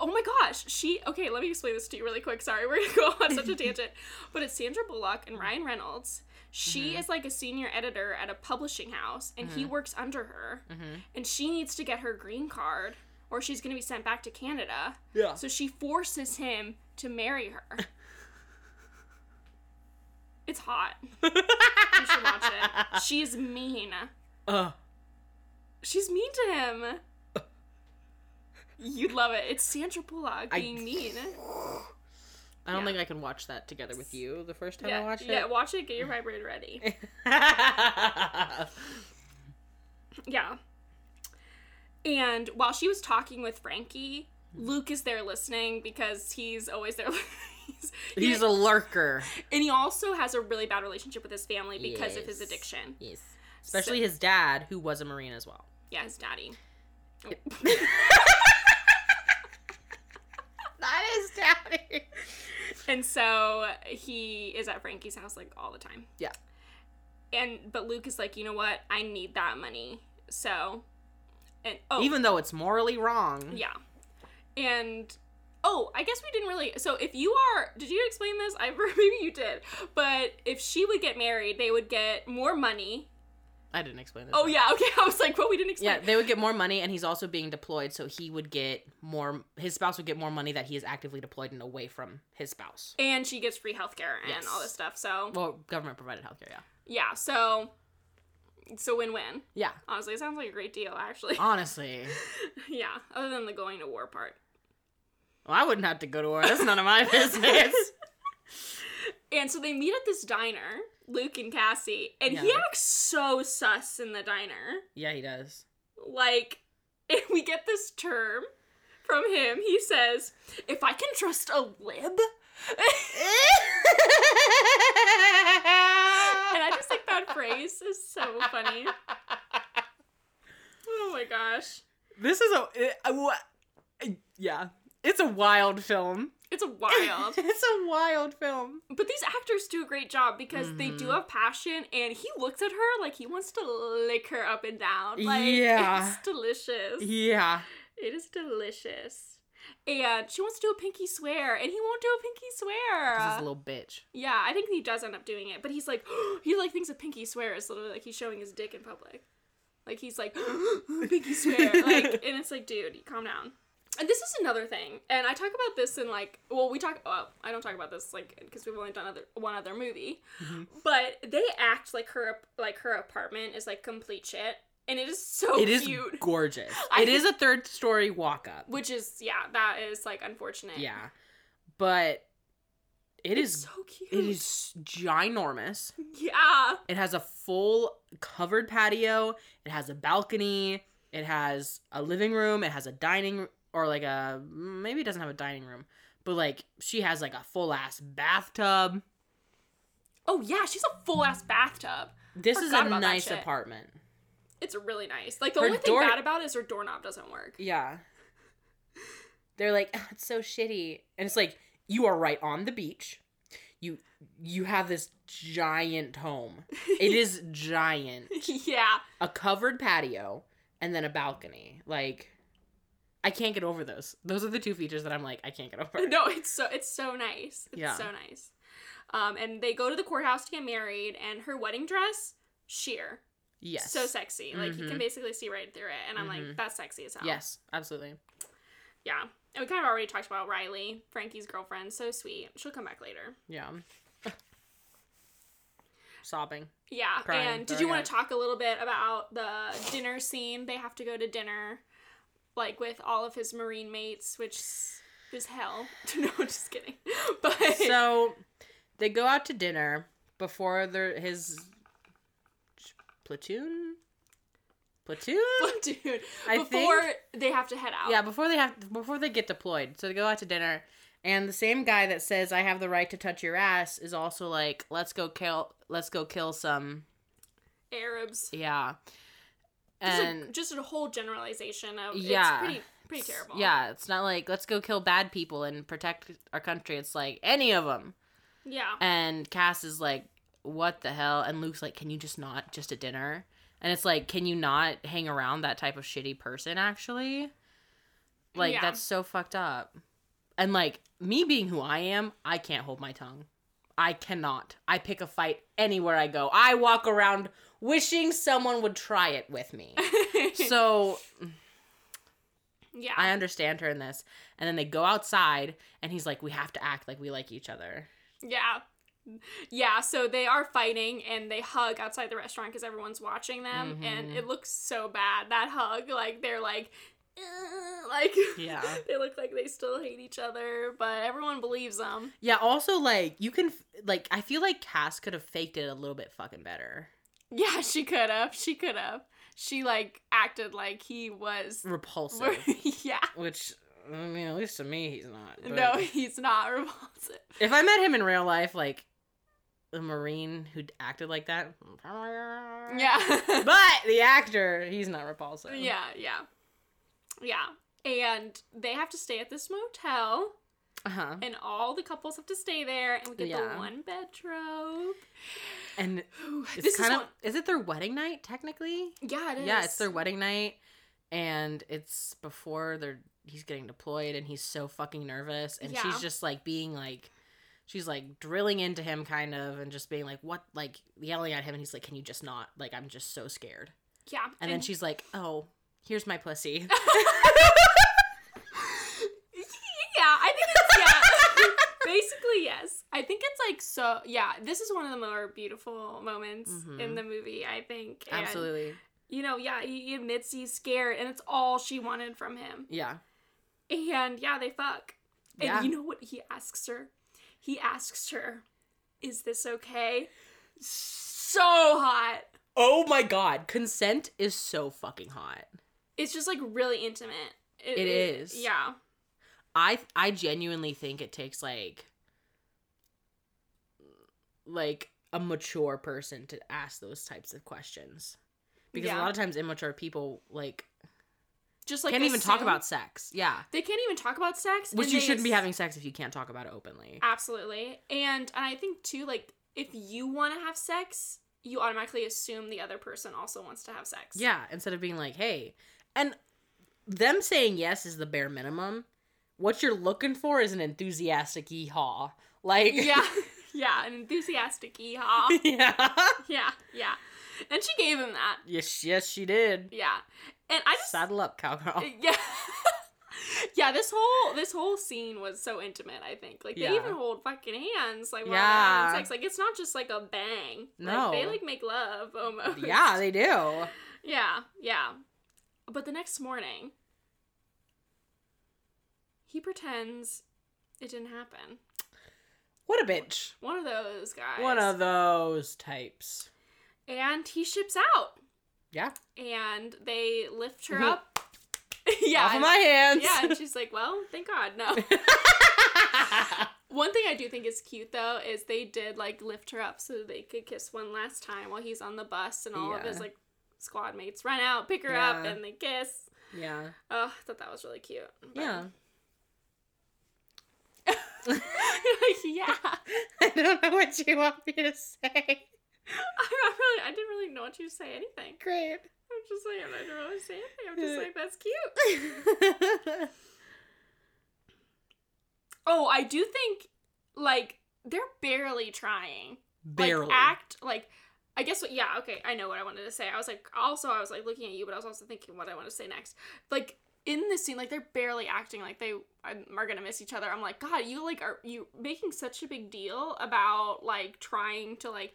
Speaker 2: Oh my gosh, she. Okay, let me explain this to you really quick. Sorry, we're gonna go on such a tangent. But it's Sandra Bullock and Ryan Reynolds. She is like a senior editor at a publishing house, and he works under her.
Speaker 1: Mhm.
Speaker 2: And she needs to get her green card, or she's gonna be sent back to Canada.
Speaker 1: Yeah.
Speaker 2: So she forces him to marry her. it's hot. You should watch it. She's mean.
Speaker 1: Uh,
Speaker 2: She's mean to him. You'd love it. It's Sandra Bullock
Speaker 1: I-
Speaker 2: being mean.
Speaker 1: I don't
Speaker 2: Yeah.
Speaker 1: think I can watch that together with you the first time
Speaker 2: yeah,
Speaker 1: I watch it.
Speaker 2: yeah, watch it. Get your vibrator ready. yeah. And while she was talking with Frankie, Luke is there listening because he's always there. he's,
Speaker 1: He's a lurker.
Speaker 2: and he also has a really bad relationship with his family because of his
Speaker 1: Yes.
Speaker 2: addiction.
Speaker 1: Yes. Especially his dad, who was a Marine as well.
Speaker 2: Yeah, his daddy.
Speaker 1: That is daddy.
Speaker 2: And so he is at Frankie's house like all the time.
Speaker 1: Yeah.
Speaker 2: And but Luke is like, you know what? I need that money. So, and oh,
Speaker 1: Even though it's morally wrong.
Speaker 2: yeah, and oh, I guess we didn't really. So if you are, did you explain this? I or maybe you did. But if she would get married, they would get more money.
Speaker 1: I didn't explain this.
Speaker 2: Oh
Speaker 1: one.
Speaker 2: yeah, okay. I was like, well, we didn't explain.
Speaker 1: Yeah, they would get more money, and he's also being deployed, so he would get more. His spouse would get more money that he is actively deployed and away from his spouse.
Speaker 2: and she gets free healthcare and
Speaker 1: Yes.
Speaker 2: all this stuff. So
Speaker 1: Well, government provided healthcare, yeah.
Speaker 2: yeah, so it's a win-win.
Speaker 1: Yeah,
Speaker 2: Honestly, it sounds like a great deal. Actually,
Speaker 1: honestly.
Speaker 2: yeah. Other than the going to war part.
Speaker 1: Well, I wouldn't have to go to war. That's none of my business.
Speaker 2: And so they meet at this diner, Luke and Cassie, and he
Speaker 1: Yeah.
Speaker 2: acts so sus in the diner.
Speaker 1: yeah, he does.
Speaker 2: Like, and we get this term from him. He says, If I can trust a lib. And I just think that phrase is so funny. Oh my gosh.
Speaker 1: This is a it- I- wha- I- yeah. It's a wild film.
Speaker 2: It's wild.
Speaker 1: it's a wild film.
Speaker 2: but these actors do a great job because they do
Speaker 1: Mhm.
Speaker 2: have passion and he looks at her like he wants to lick her up and down. Like
Speaker 1: Yeah.
Speaker 2: it's delicious.
Speaker 1: Yeah.
Speaker 2: It is delicious. And she wants to do a pinky swear, and he won't do a pinky
Speaker 1: This is a
Speaker 2: swear.
Speaker 1: little bitch.
Speaker 2: Yeah, I think he does end up doing it, but he's like, he like thinks a pinky swear is literally like he's showing his dick in public. Like he's like, pinky swear. Like, and it's like, dude, calm down. And this is another thing, and I talk about this in like, well, we talk. Well, I don't talk about this like because we've only done other one other movie,
Speaker 1: Mm-hmm.
Speaker 2: but they act like her like her apartment is like complete shit, and it is so
Speaker 1: It is
Speaker 2: cute.
Speaker 1: gorgeous.
Speaker 2: I
Speaker 1: It is a third story walk up.
Speaker 2: which is yeah, that is like unfortunate.
Speaker 1: Yeah. But it
Speaker 2: it's
Speaker 1: is
Speaker 2: so cute.
Speaker 1: it is ginormous.
Speaker 2: yeah,
Speaker 1: It has a full covered patio. It has a balcony. It has a living room. It has a dining or like a maybe it doesn't have a dining room, But like she has like a full ass bathtub.
Speaker 2: Oh yeah, she's a full ass bathtub.
Speaker 1: This is
Speaker 2: Forgot
Speaker 1: a
Speaker 2: about that
Speaker 1: nice
Speaker 2: shit.
Speaker 1: apartment.
Speaker 2: It's really nice. Like the
Speaker 1: Her
Speaker 2: only
Speaker 1: door-
Speaker 2: thing bad about it is her doorknob doesn't work.
Speaker 1: Yeah. They're like, "Ah, it's so shitty. And it's like, you are right on the beach. You you have this giant home. It is giant.
Speaker 2: yeah.
Speaker 1: A covered patio and then a balcony. Like I can't get over those. Those are the two features that I'm like, I can't get over.
Speaker 2: No, it's so it's so nice. It's
Speaker 1: Yeah.
Speaker 2: so nice. Um, and they go to the courthouse to get married, and her wedding dress sheer,
Speaker 1: Yes.
Speaker 2: so sexy. Like you
Speaker 1: Mhm.
Speaker 2: can basically see right through it, and I'm
Speaker 1: Mhm.
Speaker 2: like, that's sexy as hell.
Speaker 1: Yes, absolutely.
Speaker 2: Yeah. And we kind of already talked about Riley, Frankie's girlfriend. So sweet. She'll come back later.
Speaker 1: Yeah. Sobbing.
Speaker 2: Yeah.
Speaker 1: Crying,
Speaker 2: and did
Speaker 1: throwing
Speaker 2: you want
Speaker 1: up.
Speaker 2: to talk a little bit about the dinner scene? They have to go to dinner, like with all of his marine mates, which is hell. no, I'm just kidding. But
Speaker 1: so they go out to dinner before their his platoon platoon
Speaker 2: dude,
Speaker 1: I think-
Speaker 2: before they have to head out.
Speaker 1: yeah before they have before they get deployed so they go out to dinner and the same guy that says i have the right to touch your ass is also like let's go kill let's go kill some
Speaker 2: Arabs.
Speaker 1: yeah
Speaker 2: Just a-
Speaker 1: and
Speaker 2: just, a, whole generalization of
Speaker 1: Yeah.
Speaker 2: it's pretty pretty terrible.
Speaker 1: yeah it's not like let's go kill bad people and protect our country it's like any of them
Speaker 2: Yeah.
Speaker 1: And Cass is like, what the hell? And Luke's like, can you just not, just at dinner? And it's like, can you not hang around that type of shitty person, actually? Like,
Speaker 2: Yeah.
Speaker 1: that's so fucked up. And like, me being who I am, I can't hold my tongue. I cannot. I pick a fight anywhere I go. I walk around wishing someone would try it with me. so
Speaker 2: yeah.
Speaker 1: I understand her in this. And then they go outside, and he's like, we have to act like we like each other.
Speaker 2: Yeah. Yeah, so they are fighting and they hug outside the restaurant because everyone's watching them, and
Speaker 1: Mhm.
Speaker 2: it looks so bad. That hug, like they're like, "Ugh," like
Speaker 1: Yeah.
Speaker 2: they look like they still hate each other, but everyone believes them.
Speaker 1: Yeah, also like you can f- like I feel like Cass could have faked it a little bit fucking better.
Speaker 2: Yeah, she could have. She could have. She like acted like he was.
Speaker 1: Repulsive,
Speaker 2: yeah,
Speaker 1: which I mean at least to me he's not. but-
Speaker 2: no, he's not repulsive.
Speaker 1: If I met him in real life like a marine who acted like that.
Speaker 2: Yeah.
Speaker 1: But the actor, he's not repulsive.
Speaker 2: Yeah, yeah, yeah. And they have to stay at this motel,
Speaker 1: Uh-huh.
Speaker 2: and all the couples have to stay there, and we get
Speaker 1: Yeah.
Speaker 2: the one bed trope.
Speaker 1: And
Speaker 2: Ooh,
Speaker 1: it's
Speaker 2: this
Speaker 1: kind
Speaker 2: is
Speaker 1: of
Speaker 2: one-
Speaker 1: is it their wedding night technically?
Speaker 2: yeah, it is.
Speaker 1: Yeah, it's their wedding night and it's before they're he's getting deployed and he's so fucking nervous and
Speaker 2: Yeah.
Speaker 1: she's just like being like she's like drilling into him kind of and just being like what like yelling at him and he's like can you just not like I'm just so scared.
Speaker 2: yeah,
Speaker 1: And, then she's like, "Oh, here's my pussy."
Speaker 2: yeah, I think it's yeah. Basically, yes. I think it's like so. Yeah, this is one of the more beautiful moments
Speaker 1: Mhm.
Speaker 2: in the movie. I think. And,
Speaker 1: Absolutely.
Speaker 2: You know, yeah, he he admits he's scared, and it's all she wanted from him.
Speaker 1: Yeah.
Speaker 2: And yeah, they fuck. And
Speaker 1: Yeah.
Speaker 2: you know what he asks her? He asks her, "Is this okay?" So hot.
Speaker 1: Oh my god, consent is so fucking hot.
Speaker 2: It's just like really intimate.
Speaker 1: It is.
Speaker 2: Yeah.
Speaker 1: I I genuinely think it takes like like a mature person to ask those types of questions. Because a
Speaker 2: Yeah.
Speaker 1: lot of times immature people like,
Speaker 2: Just like
Speaker 1: can't
Speaker 2: they
Speaker 1: even talk
Speaker 2: assume-
Speaker 1: about sex. Yeah.
Speaker 2: They can't even talk about sex.
Speaker 1: Which
Speaker 2: and
Speaker 1: you
Speaker 2: they
Speaker 1: shouldn't be
Speaker 2: ass-
Speaker 1: having sex if you can't talk about it openly.
Speaker 2: Absolutely. And and I think too, like if you want to have sex, you automatically assume the other person also wants to have sex.
Speaker 1: Yeah, instead of being like, "Hey." And them saying yes is the bare minimum. What you're looking for is an enthusiastic yeehaw. Like
Speaker 2: Yeah. yeah. An enthusiastic yeehaw.
Speaker 1: yeah.
Speaker 2: yeah. Yeah. And she gave him that.
Speaker 1: Yes, yes, she did.
Speaker 2: Yeah. And I just
Speaker 1: Saddle up, cowgirl.
Speaker 2: yeah. Yeah, this whole this whole scene was so intimate. I think like they
Speaker 1: Yeah.
Speaker 2: even hold fucking hands like while they're
Speaker 1: Yeah.
Speaker 2: having sex. Like it's not just like a bang.
Speaker 1: No.
Speaker 2: like, they like make love almost.
Speaker 1: Yeah, they do.
Speaker 2: Yeah, yeah. But the next morning, he pretends it didn't happen.
Speaker 1: What a bitch.
Speaker 2: One of those guys.
Speaker 1: One of those types.
Speaker 2: And he ships out,
Speaker 1: Yeah.
Speaker 2: and they lift her
Speaker 1: Mhm.
Speaker 2: up. yeah.
Speaker 1: Off of
Speaker 2: and-
Speaker 1: my hands.
Speaker 2: yeah, and she's like, "Well, thank God, no." One thing I do think is cute though is they did like lift her up so they could kiss one last time while he's on the bus and all of his
Speaker 1: Yeah.
Speaker 2: like squad mates run out, pick her up,
Speaker 1: Yeah.
Speaker 2: and they kiss.
Speaker 1: Yeah.
Speaker 2: Oh, I thought that was really cute. But-
Speaker 1: Yeah.
Speaker 2: Like, yeah.
Speaker 1: I don't know what you want me to say.
Speaker 2: I'm not really. I didn't really know what you say anything.
Speaker 1: Great.
Speaker 2: I'm just like I didn't really say anything. I'm just like that's cute. Oh, I do think like they're barely trying.
Speaker 1: Barely.
Speaker 2: Like, act like I guess what yeah, okay, I know what I wanted to say. I was like also I was like looking at you, but I was also thinking what I want to say next. Like in this scene, like they're barely acting like they um, are gonna miss each other. I'm like, God, you like are you making such a big deal about like trying to like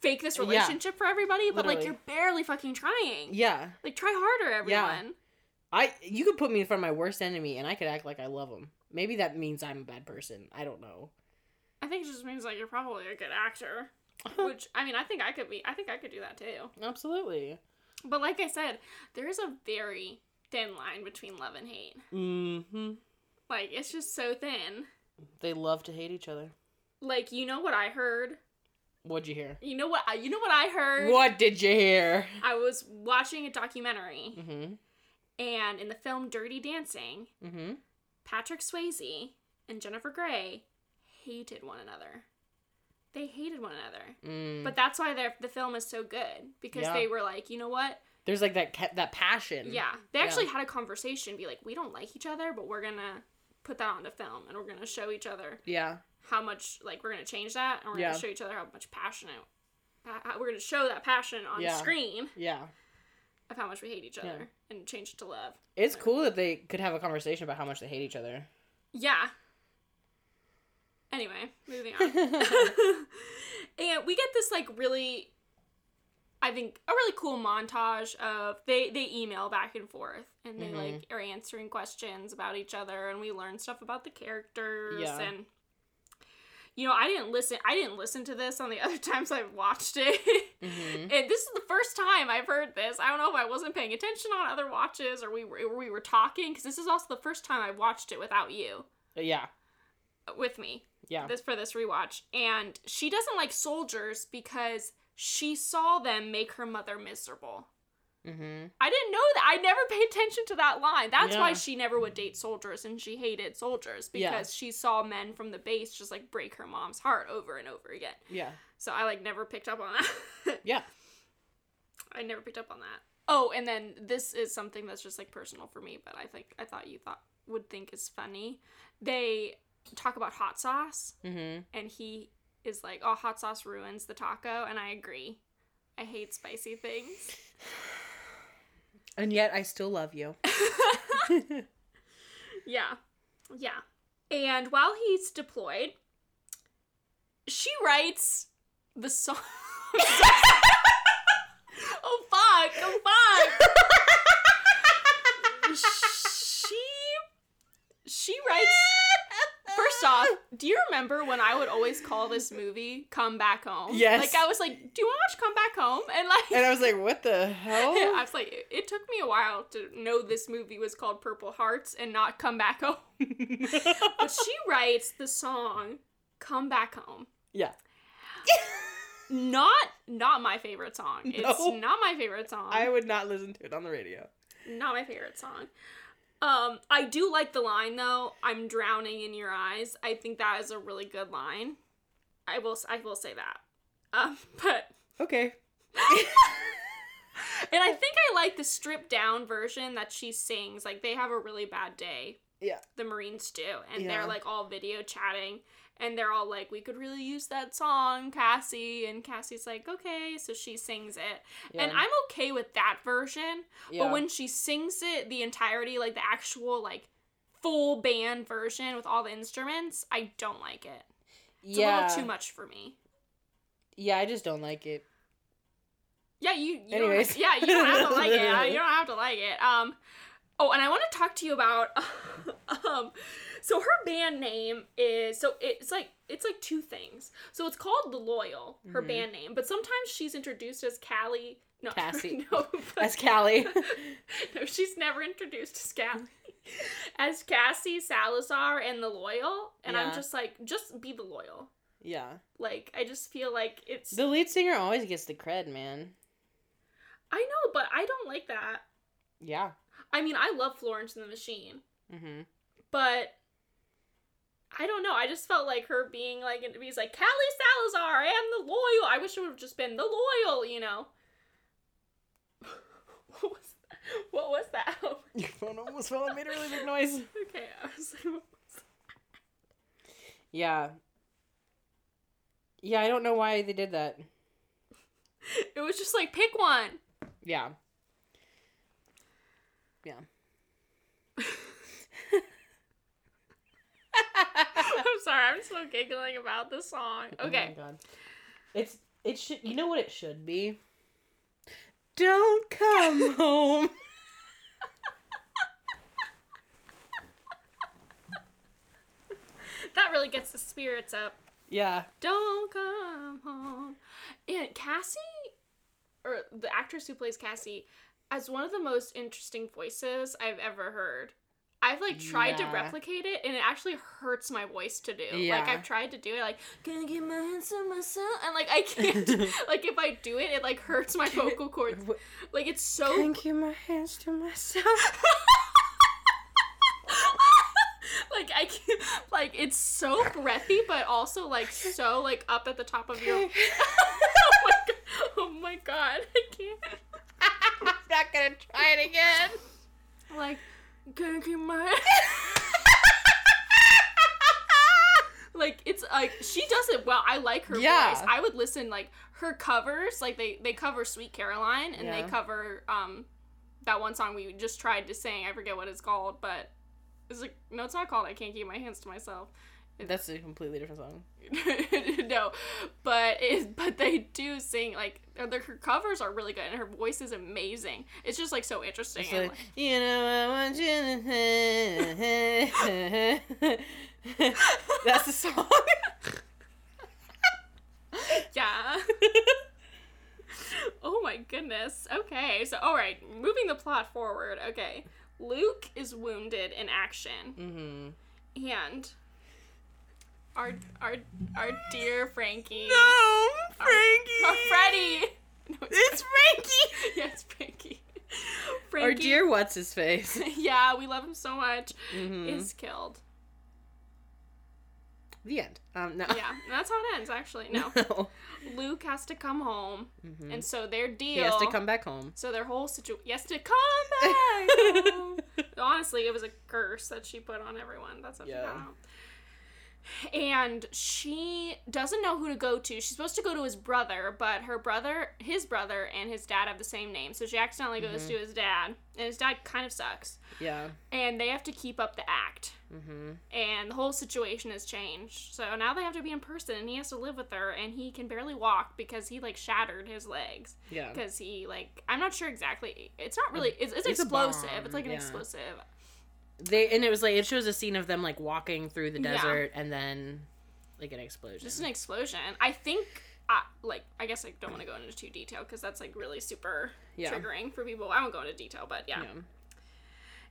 Speaker 2: fake this
Speaker 1: Yeah.
Speaker 2: relationship for everybody, but like
Speaker 1: Literally.
Speaker 2: you're barely fucking trying.
Speaker 1: yeah.
Speaker 2: Like try harder,
Speaker 1: Yeah.
Speaker 2: everyone.
Speaker 1: I you could put me in front of my worst enemy and I could act like I love him. Maybe that means I'm a bad person. I don't know.
Speaker 2: I think it just means like you're probably a good actor.
Speaker 1: Uh-huh.
Speaker 2: Which I mean, I think I could be. I think I could do that too.
Speaker 1: Absolutely.
Speaker 2: But like I said, there is a very thin line between love and hate.
Speaker 1: Mm-hmm.
Speaker 2: Like it's just so thin.
Speaker 1: They love to hate each other.
Speaker 2: Like you know what I heard.
Speaker 1: What'd you hear?
Speaker 2: You know what I. You know what I heard.
Speaker 1: What did you hear?
Speaker 2: I was watching a documentary,
Speaker 1: Mm-hmm.
Speaker 2: and in the film Dirty Dancing,
Speaker 1: Mm-hmm.
Speaker 2: Patrick Swayze and Jennifer Grey hated one another. They hated one another.
Speaker 1: Mm.
Speaker 2: But that's why their- the film is so good because
Speaker 1: Yeah.
Speaker 2: they were like, you know what?
Speaker 1: There's like that ca- that passion.
Speaker 2: Yeah. They
Speaker 1: Yeah.
Speaker 2: actually had a conversation, be like, we don't like each other, but we're gonna put that onto film and we're gonna show each other
Speaker 1: Yeah.
Speaker 2: how much like we're gonna change that and we're
Speaker 1: Yeah.
Speaker 2: gonna show each other how much passionate pa- how- we're gonna show that passion on
Speaker 1: Yeah.
Speaker 2: screen
Speaker 1: Yeah.
Speaker 2: of how much we hate each other and change it to love.
Speaker 1: It's cool that they could have a conversation about how much they hate each other.
Speaker 2: Yeah. Anyway, moving on. and we get this like really I think a really cool montage of they they email back and forth and they
Speaker 1: Mhm.
Speaker 2: like are answering questions about each other and we learn stuff about the characters
Speaker 1: Yeah.
Speaker 2: and you know, I didn't listen I didn't listen to this on the other times I've watched it.
Speaker 1: Mm-hmm.
Speaker 2: And this is the first time I've heard this. I don't know if I wasn't paying attention on other watches or we were, or we were talking because this is also the first time I watched it without you
Speaker 1: Yeah.
Speaker 2: with me
Speaker 1: Yeah.
Speaker 2: this for this rewatch and she doesn't like soldiers because she saw them make her mother miserable
Speaker 1: Mm-hmm.
Speaker 2: i didn't know that i never paid attention to that line that's why
Speaker 1: Yeah.
Speaker 2: she never would date soldiers and she hated soldiers
Speaker 1: Yeah.
Speaker 2: because she saw men from the base just like break her mom's heart over and over again
Speaker 1: Yeah.
Speaker 2: so i like never picked up on that
Speaker 1: Yeah.
Speaker 2: i never picked up on that oh and then this is something that's just like personal for me but i think i thought you thought would think is funny they talk about hot sauce
Speaker 1: Mm-hmm.
Speaker 2: and he is like, "Oh, hot sauce ruins the taco," and I agree. I hate spicy things.
Speaker 1: And yet I still love you.
Speaker 2: yeah, yeah. And while he's deployed, she writes the song. oh fuck! Oh fuck! she she writes. First off, do you remember when I would always call this movie "Come Back Home"?
Speaker 1: Yes.
Speaker 2: Like I was like, "Do you want to watch Come Back Home?" And like,
Speaker 1: And I was like, what the hell?
Speaker 2: Yeah, I was like, it, it took me a while to know this movie was called Purple Hearts and not Come Back Home. but she writes the song Come Back Home.
Speaker 1: yeah.
Speaker 2: Not not my favorite song. It's
Speaker 1: No.
Speaker 2: not my favorite song.
Speaker 1: I would not listen to it on the radio.
Speaker 2: Not my favorite song. Um, I do like the line though. I'm drowning in your eyes. I think that is a really good line. I will I will say that. Um, but
Speaker 1: Okay.
Speaker 2: and I think I like the stripped down version that she sings. Like they have a really bad day.
Speaker 1: Yeah.
Speaker 2: The Marines do, and
Speaker 1: Yeah.
Speaker 2: they're like all video chatting, and they're all like, "We could really use that song, Cassie." And Cassie's like, "Okay," so she sings it, and I'm okay with that version. But when she sings it, the entirety, like the actual like full band version with all the instruments, I don't like it. It's a little too much for me.
Speaker 1: Yeah, I just don't like it.
Speaker 2: Yeah, you. you
Speaker 1: Anyways.
Speaker 2: Don't, yeah, you don't have to like it. Uh, You don't have to like it. Um. Oh, and I want to talk to you about. um. So her band name is so it's like it's like two things. So it's called the Loyal, her
Speaker 1: Mhm.
Speaker 2: band name, but sometimes she's introduced as Callie. No,
Speaker 1: Cassie.
Speaker 2: no,
Speaker 1: That's Callie.
Speaker 2: no, she's never introduced as Callie. as Cassie Salazar and the Loyal, and I'm
Speaker 1: Yeah.
Speaker 2: just like, just be the Loyal.
Speaker 1: Yeah.
Speaker 2: Like I just feel like it's
Speaker 1: The lead singer always gets the cred, man.
Speaker 2: I know, but I don't like that.
Speaker 1: Yeah.
Speaker 2: I mean, I love Florence and the Machine,
Speaker 1: Mm-hmm.
Speaker 2: but I don't know. I just felt like her being like, and he's like Callie Salazar and the loyal. I wish it would have just been the loyal, you know. what was that? What was that?
Speaker 1: Your phone almost fell. It made a really big noise.
Speaker 2: okay, I was like, what was
Speaker 1: Yeah. Yeah, I don't know why they did that.
Speaker 2: that? it was just like pick one.
Speaker 1: Yeah. Yeah.
Speaker 2: I'm sorry, I'm still giggling about the song.
Speaker 1: Oh my
Speaker 2: Okay,
Speaker 1: god. It's it should you know what it should be? Don't come home.
Speaker 2: that really gets the spirits up.
Speaker 1: Yeah.
Speaker 2: Don't come home. And Cassie, or the actress who plays Cassie, has one of the most interesting voices I've ever heard. I've like tried
Speaker 1: Yeah.
Speaker 2: to replicate it, and it actually hurts my voice to do. Like
Speaker 1: Yeah.
Speaker 2: I've tried to do it, like gonna get my hands on myself, and like I can't. like if I do it, it like hurts my vocal cords. Like it's so
Speaker 1: Thank you my hands to myself.
Speaker 2: like I can't. Like it's so breathy, but also like so like up at the top of your. oh my god! Oh my god! I can't.
Speaker 1: I'm not gonna try it again.
Speaker 2: Like, gonna get my. like it's like she does it well. I like her
Speaker 1: Yeah.
Speaker 2: voice. I would listen like her covers. Like they they cover Sweet Caroline and
Speaker 1: Yeah.
Speaker 2: they cover um that one song we just tried to sing. I forget what it's called, but it's like no, it's not called. I can't keep my hands to myself.
Speaker 1: That's a completely different song.
Speaker 2: no, but it, but they do sing like their her covers are really good and her voice is amazing. It's just like so interesting.
Speaker 1: It's
Speaker 2: and,
Speaker 1: like,
Speaker 2: like-
Speaker 1: you know I want you to That's the song.
Speaker 2: yeah. oh my goodness. Okay, so all right, moving the plot forward. Okay, Luke is wounded in action,
Speaker 1: mm-hmm.
Speaker 2: and our our our dear Frankie,
Speaker 1: No,
Speaker 2: our
Speaker 1: Frankie.
Speaker 2: Freddy. No,
Speaker 1: It's Frankie.
Speaker 2: yes, Frankie.
Speaker 1: Or
Speaker 2: Frankie.
Speaker 1: dear, what's his face?
Speaker 2: yeah, we love him so much.
Speaker 1: Mhm.
Speaker 2: Is killed.
Speaker 1: The end. Um, no.
Speaker 2: Yeah, and that's how it ends. Actually, no.
Speaker 1: No.
Speaker 2: Luke has to come home,
Speaker 1: Mhm.
Speaker 2: and so their deal.
Speaker 1: He has to come back home.
Speaker 2: So their whole situation. Yes, to come back. home. Honestly, it was a curse that she put on everyone. That's what
Speaker 1: Yeah.
Speaker 2: she found out. And she doesn't know who to go to. She's supposed to go to his brother, but her brother, his brother, and his dad have the same name. So she accidentally goes
Speaker 1: Mm-hmm.
Speaker 2: to his dad, and his dad kind of sucks.
Speaker 1: Yeah.
Speaker 2: And they have to keep up the act.
Speaker 1: Mm-hmm.
Speaker 2: and the whole situation has changed. So now they have to be in person, and he has to live with her, and he can barely walk because he like shattered his legs
Speaker 1: Yeah.
Speaker 2: because he like I'm not sure exactly. It's not really. It's, it's,
Speaker 1: It's Um, a
Speaker 2: explosive.
Speaker 1: bomb,
Speaker 2: It's like an
Speaker 1: yeah.
Speaker 2: explosive.
Speaker 1: They and it was like it shows a scene of them like walking through the
Speaker 2: Yeah.
Speaker 1: desert and then like an explosion.
Speaker 2: Just an explosion. I think. I, like I guess I don't want to go into too detail because that's like really super
Speaker 1: Yeah.
Speaker 2: triggering for people. I won't go into detail, but yeah.
Speaker 1: yeah.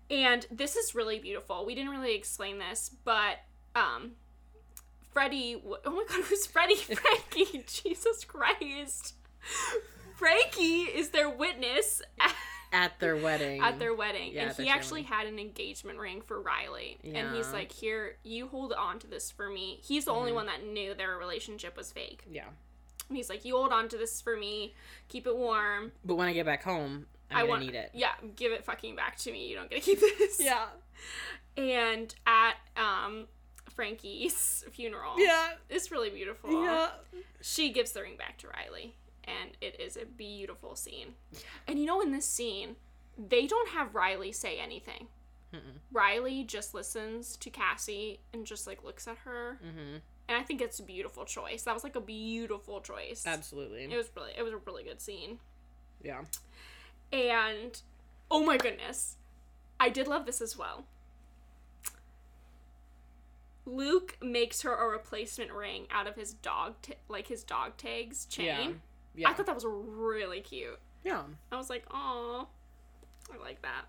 Speaker 2: And this is really beautiful. We didn't really explain this, but um, Freddie. w- Oh my God, who's Freddie? Frankie. Jesus Christ. Frankie is their witness at,
Speaker 1: At their wedding.
Speaker 2: at their wedding,
Speaker 1: Yeah,
Speaker 2: and
Speaker 1: at
Speaker 2: he
Speaker 1: their
Speaker 2: actually had an engagement ring for Riley, and
Speaker 1: Yeah.
Speaker 2: he's
Speaker 1: Mm-hmm.
Speaker 2: like, "Here, you hold on to this for me." He's the only one that knew their relationship was fake,
Speaker 1: Yeah.
Speaker 2: and he's like, "You hold on to this for me, keep it warm.
Speaker 1: But when I get back home, I'm
Speaker 2: I
Speaker 1: gonna
Speaker 2: want-
Speaker 1: need it.
Speaker 2: Yeah, give it fucking back to me. You don't get to keep this."
Speaker 1: Yeah.
Speaker 2: and at um Frankie's funeral.
Speaker 1: Yeah.
Speaker 2: It's really beautiful.
Speaker 1: Yeah.
Speaker 2: She gives the ring back to Riley and it is a beautiful scene. And you know in this scene, they don't have Riley say anything.
Speaker 1: Mm-mm.
Speaker 2: Riley just listens to Cassie and just like looks at her.
Speaker 1: Mm-hmm.
Speaker 2: And I think it's a beautiful choice. That was like a beautiful choice.
Speaker 1: Absolutely.
Speaker 2: It was really it was a really good scene.
Speaker 1: Yeah.
Speaker 2: And oh my goodness, I did love this as well. Luke makes her a replacement ring out of his dog, t- like his dog tags chain.
Speaker 1: Yeah.
Speaker 2: I thought that was really cute.
Speaker 1: yeah.
Speaker 2: I was like, oh, I like that.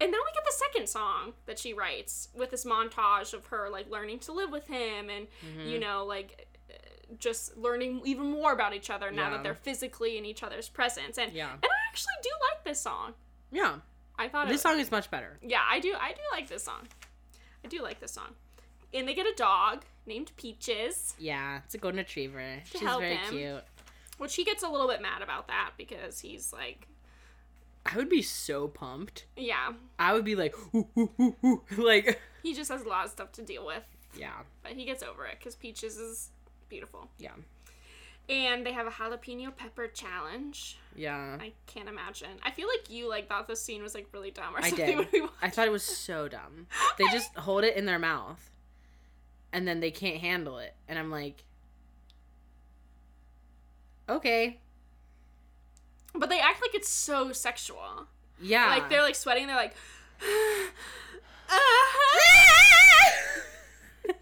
Speaker 2: And then we get the second song that she writes with this montage of her like learning to live with him and
Speaker 1: Mm-hmm.
Speaker 2: you know like uh, just learning even more about each other now
Speaker 1: Yeah.
Speaker 2: that they're physically in each other's presence. And
Speaker 1: Yeah.
Speaker 2: and I actually do like this song.
Speaker 1: Yeah.
Speaker 2: I thought
Speaker 1: This
Speaker 2: it,
Speaker 1: song is much better.
Speaker 2: yeah, I do I do like this song. I do like this song. And they get a dog named Peaches,
Speaker 1: Yeah, it's a golden retriever. She's
Speaker 2: help
Speaker 1: very
Speaker 2: him.
Speaker 1: cute.
Speaker 2: which he gets a little bit mad about that because he's like,
Speaker 1: I would be so pumped.
Speaker 2: yeah,
Speaker 1: I would be like, ooh, ooh, ooh, ooh. like,
Speaker 2: he just has a lot of stuff to deal with,
Speaker 1: yeah,
Speaker 2: but he gets over it because Peaches is beautiful.
Speaker 1: yeah,
Speaker 2: And they have a jalapeno pepper challenge.
Speaker 1: yeah.
Speaker 2: I can't imagine. I feel like you like thought this scene was like really dumb or
Speaker 1: I
Speaker 2: something.
Speaker 1: did.
Speaker 2: when we watched-
Speaker 1: I thought it was so dumb. They just hold it in their mouth, and then they can't handle it. And I'm like, okay,
Speaker 2: but they act like it's so sexual.
Speaker 1: yeah.
Speaker 2: Like they're like sweating. They're like, uh-huh.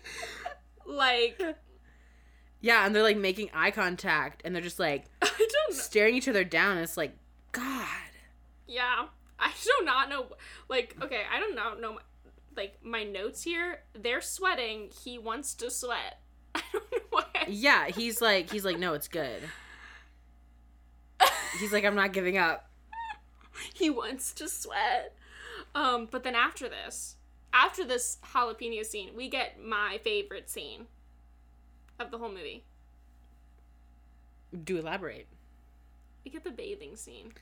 Speaker 2: like
Speaker 1: yeah, and they're like making eye contact, and they're just like
Speaker 2: I don't. know.
Speaker 1: staring each other down. And it's like, God,
Speaker 2: Yeah, I do not know. Like, okay, I don't know. No, like my notes here. They're sweating. He wants to sweat. I don't know why. I-
Speaker 1: yeah. He's like, he's like, no, it's good. He's like, I'm not giving up.
Speaker 2: he wants to sweat. Um, but then after this, after this jalapeno scene, we get my favorite scene of the whole movie.
Speaker 1: Do elaborate.
Speaker 2: We get the bathing scene.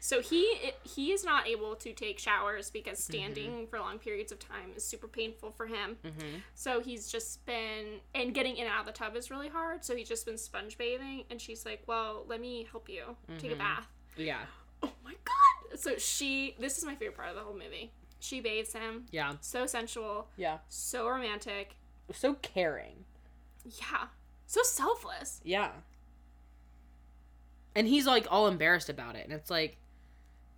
Speaker 2: So he he is not able to take showers because standing for long periods of time is super painful for him.
Speaker 1: Mm-hmm.
Speaker 2: So he's just been and getting in and out of the tub is really hard. So he's just been sponge bathing, and she's like, "Well, let me help you take a
Speaker 1: Mhm.
Speaker 2: bath."
Speaker 1: Yeah,
Speaker 2: Oh my god! So she this is my favorite part of the whole movie. She bathes him.
Speaker 1: yeah,
Speaker 2: So sensual,
Speaker 1: yeah.
Speaker 2: so romantic.
Speaker 1: So caring.
Speaker 2: Yeah, so selfless.
Speaker 1: Yeah. And he's like all embarrassed about it. And it's like,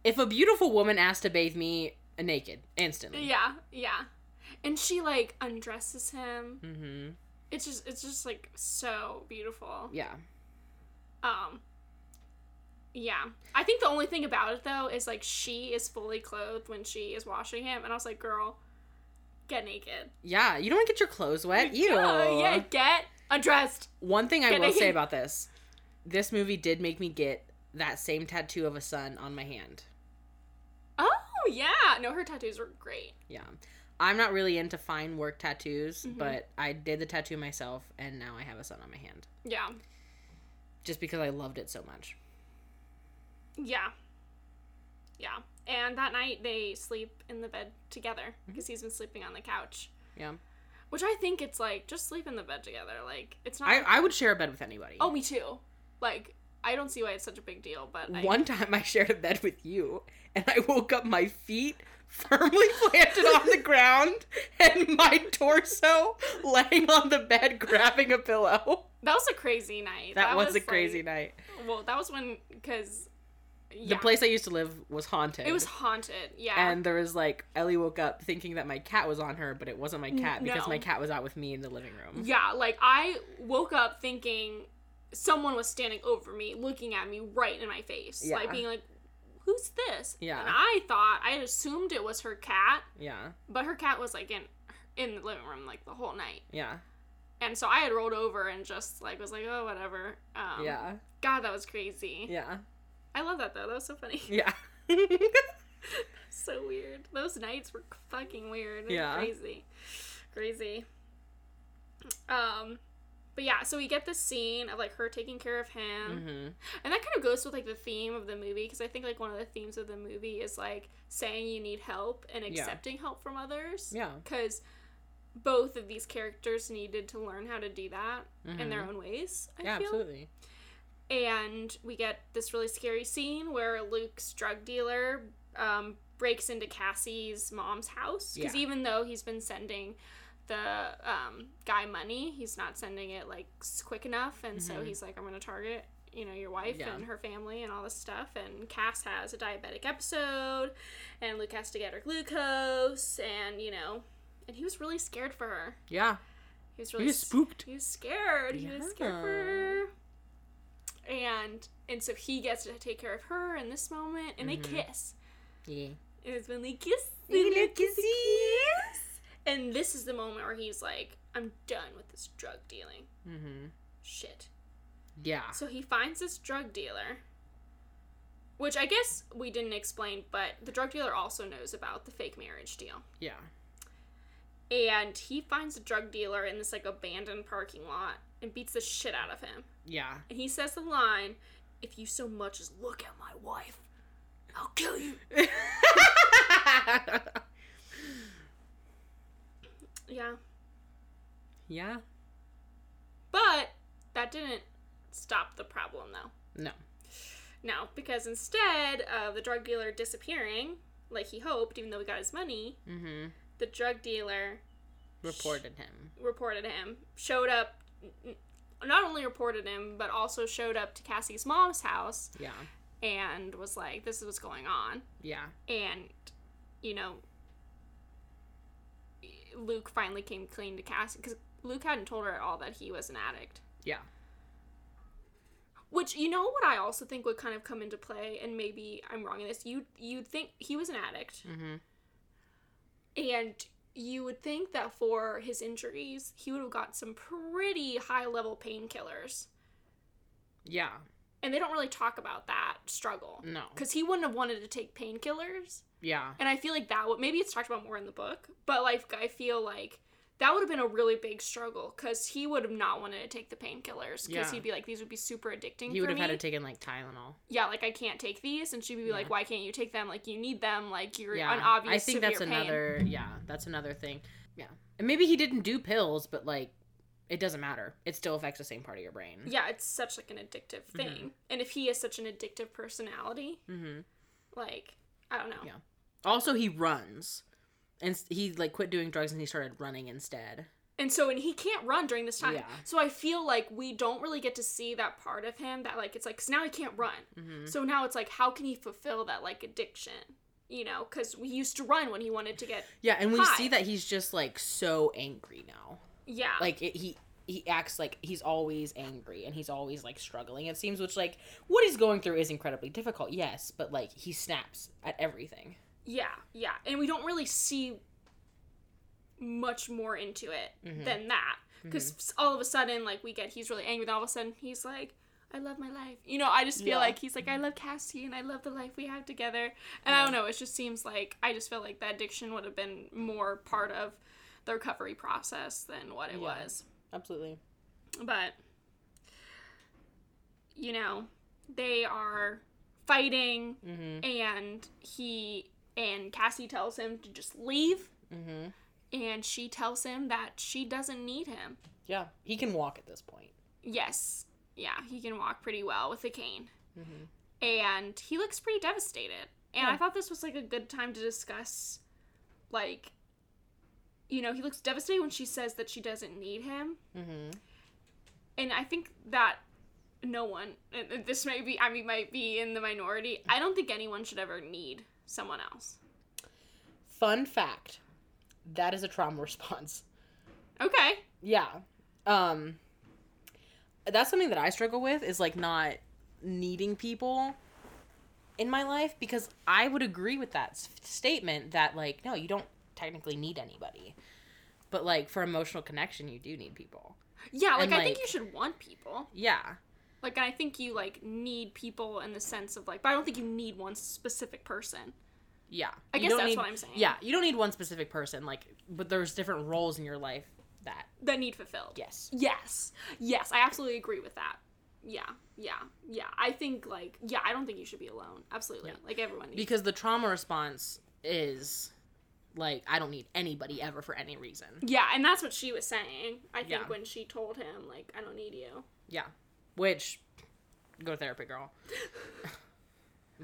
Speaker 1: if a beautiful woman asked to bathe me naked instantly.
Speaker 2: Yeah, yeah. And she like undresses him.
Speaker 1: Mm-hmm.
Speaker 2: It's just it's just like so beautiful.
Speaker 1: Yeah.
Speaker 2: Um yeah. I think the only thing about it though is like she is fully clothed when she is washing him and I was like, "Girl, get naked."
Speaker 1: Yeah. You don't want to get your clothes wet. Ew.
Speaker 2: Yeah, yeah, get undressed.
Speaker 1: One thing I
Speaker 2: Get
Speaker 1: will
Speaker 2: naked.
Speaker 1: say about this this movie did make me get that same tattoo of a sun on my hand.
Speaker 2: Oh, yeah. No, her tattoos were great.
Speaker 1: Yeah. I'm not really into fine work tattoos,
Speaker 2: Mhm.
Speaker 1: but I did the tattoo myself and now I have a sun on my hand
Speaker 2: Yeah.
Speaker 1: just because I loved it so much.
Speaker 2: Yeah. Yeah. And that night they sleep in the bed together
Speaker 1: Mm-hmm.
Speaker 2: because he's been sleeping on the couch.
Speaker 1: Yeah.
Speaker 2: Which I think it's like just sleep in the bed together. Like it's not
Speaker 1: I, I would share a bed with anybody.
Speaker 2: Oh, me too. Like, I don't see why it's such a big deal, but I,
Speaker 1: One time I shared a bed with you, and I woke up my feet firmly planted on the ground and my torso laying on the bed grabbing a pillow.
Speaker 2: that was a crazy night.
Speaker 1: That, was, a
Speaker 2: like-
Speaker 1: crazy night.
Speaker 2: Well, that was when because
Speaker 1: The place I used to live was haunted.
Speaker 2: it was haunted. Yeah,
Speaker 1: and there was like Ellie woke up thinking that my cat was on her, but it wasn't my cat because
Speaker 2: no.
Speaker 1: my cat was out with me in the living room.
Speaker 2: yeah. Like I woke up thinking someone was standing over me, looking at me right in my face,
Speaker 1: Yeah.
Speaker 2: like being like, "Who's this?"
Speaker 1: Yeah.
Speaker 2: and I thought I had assumed it was her cat,
Speaker 1: Yeah,
Speaker 2: but her cat was like in in the living room like the whole night,
Speaker 1: yeah,
Speaker 2: and so I had rolled over and just like was like, "Oh, whatever." Um,
Speaker 1: yeah,
Speaker 2: God, that was crazy.
Speaker 1: yeah,
Speaker 2: I love that though. That was so funny.
Speaker 1: yeah.
Speaker 2: so weird. Those nights were fucking weird.
Speaker 1: Yeah.
Speaker 2: Yeah. Crazy. Crazy. Um but yeah, so we get this scene of like her taking care of him.
Speaker 1: hmm
Speaker 2: And that kind of goes with like the theme of the movie because I think like one of the themes of the movie is like saying you need help and accepting help from others.
Speaker 1: Yeah,
Speaker 2: Cuz both of these characters needed to learn how to do that in their
Speaker 1: Mhm.
Speaker 2: own ways. I
Speaker 1: yeah,
Speaker 2: feel.
Speaker 1: absolutely.
Speaker 2: And we get this really scary scene where Luke's drug dealer um, breaks into Cassie's mom's house. Because
Speaker 1: Yeah.
Speaker 2: even though he's been sending the um, guy money, he's not sending it like s- quick enough. And so
Speaker 1: Mhm.
Speaker 2: he's like, I'm going to target. You know, your wife
Speaker 1: Yeah.
Speaker 2: and her family and all this stuff. And Cass has a diabetic episode, and Luke has to get her glucose. And, you know, and he was really scared for her.
Speaker 1: Yeah,
Speaker 2: He was
Speaker 1: we
Speaker 2: really
Speaker 1: just
Speaker 2: scared.
Speaker 1: spooked.
Speaker 2: He was scared. He was scared for her. And and so he gets to take care of her in this moment, and
Speaker 1: Mhm.
Speaker 2: they kiss.
Speaker 1: Yeah.
Speaker 2: It was when they kiss.
Speaker 1: Little
Speaker 2: Mm-hmm. they
Speaker 1: kissy.
Speaker 2: And this is the moment where he's like, I'm done with this drug dealing.
Speaker 1: Mm-hmm.
Speaker 2: Shit.
Speaker 1: Yeah.
Speaker 2: So he finds this drug dealer, which I guess we didn't explain, but the drug dealer also knows about the fake marriage deal.
Speaker 1: Yeah.
Speaker 2: And he finds a drug dealer in this like abandoned parking lot and beats the shit out of him.
Speaker 1: Yeah.
Speaker 2: And he says the line, If you so much as look at my wife, I'll kill you. Yeah.
Speaker 1: yeah.
Speaker 2: But that didn't stop the problem though.
Speaker 1: No.
Speaker 2: No, because instead of the drug dealer disappearing, like he hoped, even though he got his money,
Speaker 1: Mm-hmm.
Speaker 2: the drug dealer
Speaker 1: Reported him.
Speaker 2: reported him, showed up, n- not only reported him, but also showed up to Cassie's mom's house
Speaker 1: Yeah.
Speaker 2: and was like, this is what's going on.
Speaker 1: Yeah.
Speaker 2: And, you know, Luke finally came clean to Cassie because Luke hadn't told her at all that he was an addict.
Speaker 1: Yeah.
Speaker 2: Which you know what I also think would kind of come into play, and maybe I'm wrong in this. You you'd think he was an addict,
Speaker 1: Mm-hmm.
Speaker 2: and you would think that for his injuries, he would have got some pretty high level painkillers,
Speaker 1: Yeah.
Speaker 2: and they don't really talk about that struggle
Speaker 1: No.
Speaker 2: because he wouldn't have wanted to take painkillers.
Speaker 1: Yeah.
Speaker 2: And I feel like that would maybe it's talked about more in the book, but like I feel like that would have been a really big struggle because he would have not wanted to take the painkillers because
Speaker 1: Yeah.
Speaker 2: he'd be like these would be super addicting.
Speaker 1: He
Speaker 2: for
Speaker 1: would have
Speaker 2: me.
Speaker 1: had to taken like Tylenol.
Speaker 2: yeah, like I can't take these, and she'd be like,
Speaker 1: Yeah.
Speaker 2: why can't you take them? Like you need them. Like you're
Speaker 1: Yeah.
Speaker 2: an obvious.
Speaker 1: I think that's
Speaker 2: severe pain.
Speaker 1: another. Yeah. That's another thing. Yeah. And maybe he didn't do pills, but like, it doesn't matter. It still affects the same part of your brain.
Speaker 2: Yeah, it's such like an addictive thing, and if he is such an addictive personality,
Speaker 1: Mm-hmm.
Speaker 2: like I don't know.
Speaker 1: Yeah. Also, he runs, and s- he like quit doing drugs and he started running instead.
Speaker 2: And so, and he can't run during this time.
Speaker 1: Yeah.
Speaker 2: So I feel like we don't really get to see that part of him that like it's like because now he can't run.
Speaker 1: Mm-hmm.
Speaker 2: So now it's like how can he fulfill that like addiction? You know, because we used to run when he wanted to get
Speaker 1: Yeah, and we
Speaker 2: Hi. Ah.
Speaker 1: see that he's just like so angry now.
Speaker 2: yeah
Speaker 1: Like it, he he acts like he's always angry and he's always like struggling. It seems, which like what he's going through is incredibly difficult. Yes, but like he snaps at everything.
Speaker 2: Yeah, yeah. And we don't really see much more into it
Speaker 1: Mhm.
Speaker 2: than that. Because all of a sudden, like, we get he's really angry, then all of a sudden he's like, I love my life. You know, I just feel
Speaker 1: Yeah.
Speaker 2: like he's like, I love Cassie and I love the life we have together. And I don't know, it just seems like I just feel like that addiction would have been more part of the recovery process than what
Speaker 1: Yeah.
Speaker 2: it was.
Speaker 1: Mm-hmm. Absolutely.
Speaker 2: But, you know, they are fighting
Speaker 1: Mm-hmm.
Speaker 2: and he and Cassie tells him to just leave
Speaker 1: Mm-hmm.
Speaker 2: and she tells him that she doesn't need him.
Speaker 1: Yeah, he can walk at this point.
Speaker 2: Yes. Yeah, he can walk pretty well with a cane.
Speaker 1: Mhm.
Speaker 2: And he looks pretty devastated. And I
Speaker 1: Yeah.
Speaker 2: thought this was like a good time to discuss like you know, he looks devastated when she says that she doesn't need him.
Speaker 1: Mm-hmm.
Speaker 2: And I think that no one and- and this may be I mean might be in the minority. I don't think anyone should ever need someone else.
Speaker 1: Fun fact: that is a trauma response.
Speaker 2: Okay.
Speaker 1: Yeah. Um that's something that I struggle with is like not needing people in my life because I would agree with that s- statement that like no, you don't technically need anybody. But like for emotional connection, you do need people.
Speaker 2: Yeah, like,
Speaker 1: And,
Speaker 2: I think
Speaker 1: like-
Speaker 2: you should want people.
Speaker 1: Yeah.
Speaker 2: Like I think you like need people in the sense of like, but I don't think you need one specific person.
Speaker 1: Yeah.
Speaker 2: I
Speaker 1: You
Speaker 2: guess
Speaker 1: don't
Speaker 2: that's
Speaker 1: need-
Speaker 2: what I'm saying.
Speaker 1: Yeah, you don't need one specific person like but there's different roles in your life that
Speaker 2: That need fulfilled.
Speaker 1: yes.
Speaker 2: Yes. Yes, I absolutely agree with that. Yeah. Yeah. Yeah. I think like yeah, I don't think you should be alone. Absolutely.
Speaker 1: Yeah.
Speaker 2: Like everyone needs.
Speaker 1: Because the trauma response is like I don't need anybody ever for any reason.
Speaker 2: yeah, and that's what she was saying. I think
Speaker 1: Yeah.
Speaker 2: when she told him like, I don't need you.
Speaker 1: Yeah. Which, go to therapy, girl.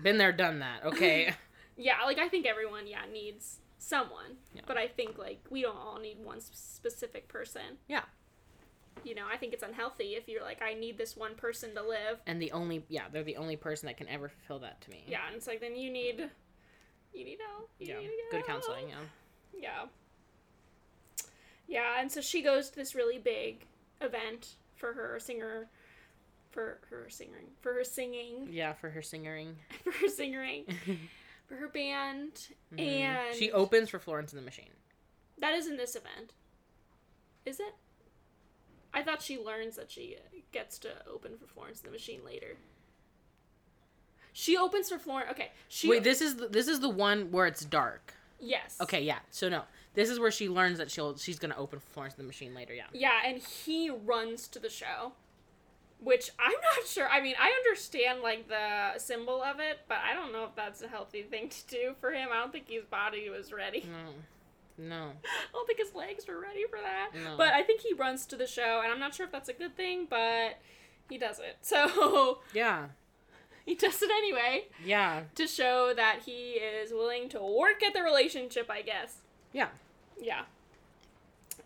Speaker 1: Been there, done that. Okay.
Speaker 2: Yeah, like I think everyone yeah needs someone,
Speaker 1: Yeah.
Speaker 2: but I think like we don't all need one sp- specific person.
Speaker 1: yeah.
Speaker 2: You know, I think it's unhealthy if you're like, I need this one person to live.
Speaker 1: And the only, yeah, they're the only person that can ever fulfill that to me.
Speaker 2: Yeah, and it's like then you need you need help. You
Speaker 1: Yeah.
Speaker 2: need to get
Speaker 1: Good
Speaker 2: help.
Speaker 1: counseling. Yeah.
Speaker 2: Yeah. Yeah, and so she goes to this really big event for her singer for her singing for her singing
Speaker 1: Yeah, for her singering.
Speaker 2: for her singing her band, and
Speaker 1: Mm-hmm. she opens for Florence and the Machine.
Speaker 2: that is in this event, is it? I thought she learns that she gets to open for Florence and the Machine later. She opens for Florence. Okay, she
Speaker 1: Wait, this is the, this is the one where it's dark.
Speaker 2: yes.
Speaker 1: Okay, yeah. So no, this is where she learns that she'll she's gonna open for Florence and the Machine later. Yeah.
Speaker 2: Yeah, and he runs to the show, which I'm not sure. I mean, I understand like the symbol of it, but I don't know if that's a healthy thing to do for him. I don't think his body was ready.
Speaker 1: No, no.
Speaker 2: I don't think his legs were ready for that.
Speaker 1: No.
Speaker 2: But I think he runs to the show, and I'm not sure if that's a good thing, but he does it. So
Speaker 1: Yeah,
Speaker 2: he does it anyway
Speaker 1: yeah,
Speaker 2: to show that he is willing to work at the relationship, I guess.
Speaker 1: yeah.
Speaker 2: Yeah.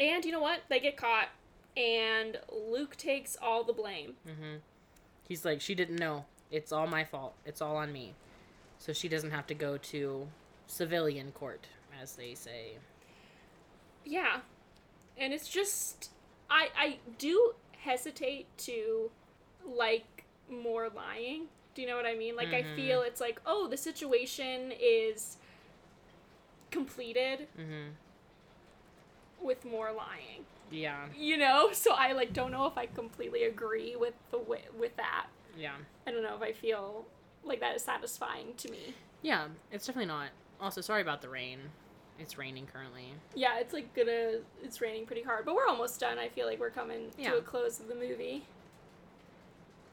Speaker 2: And you know what? They get caught, and Luke takes all the blame.
Speaker 1: Mm-hmm. He's like, she didn't know. It's all my fault. It's all on me. So she doesn't have to go to civilian court, as they say.
Speaker 2: Yeah. And it's just I I do hesitate to like more lying. Do you know what I mean? Like I feel it's like, oh, the situation is completed
Speaker 1: Mm-hmm.
Speaker 2: with more lying.
Speaker 1: Yeah,
Speaker 2: You know? So I like don't know if I completely agree with the wi- with that.
Speaker 1: yeah,
Speaker 2: I don't know if I feel like that is satisfying to me.
Speaker 1: yeah. It's definitely not. Also, sorry about the rain. It's raining currently.
Speaker 2: Yeah, it's like gonna it's raining pretty hard, but we're almost done. I feel like we're coming
Speaker 1: Yeah.
Speaker 2: to a close of the movie.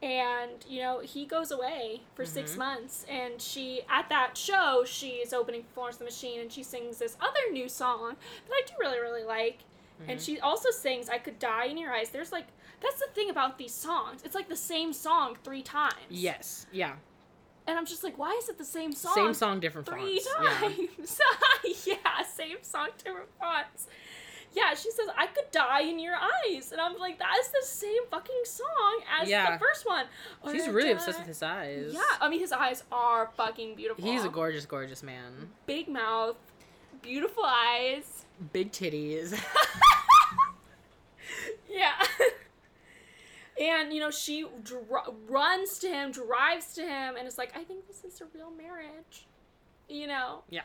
Speaker 2: And, you know, he goes away for six
Speaker 1: Mhm.
Speaker 2: months and she at that show she is opening for Florence and the Machine and she sings this other new song that I do really, really like.
Speaker 1: Mm-hmm.
Speaker 2: And she also sings I Could Die in Your Eyes. There's like that's the thing about these songs. It's like the same song three times.
Speaker 1: Yes, yeah.
Speaker 2: And I'm just like, why is it the same song?
Speaker 1: Same song, different
Speaker 2: three
Speaker 1: fonts. Yeah.
Speaker 2: times. Yeah. same song, different fonts. Yeah, she says, I could die in your eyes. And I'm like, that is the same fucking song as
Speaker 1: Yeah.
Speaker 2: the first one.
Speaker 1: She's
Speaker 2: Or
Speaker 1: really
Speaker 2: die-
Speaker 1: obsessed with his eyes.
Speaker 2: Yeah, I mean, his eyes are fucking beautiful.
Speaker 1: He's a gorgeous, gorgeous man.
Speaker 2: Big mouth, beautiful eyes.
Speaker 1: Big titties.
Speaker 2: Yeah. and, you know, she dr- runs to him, drives to him, and is like, I think this is a real marriage. You know?
Speaker 1: Yeah.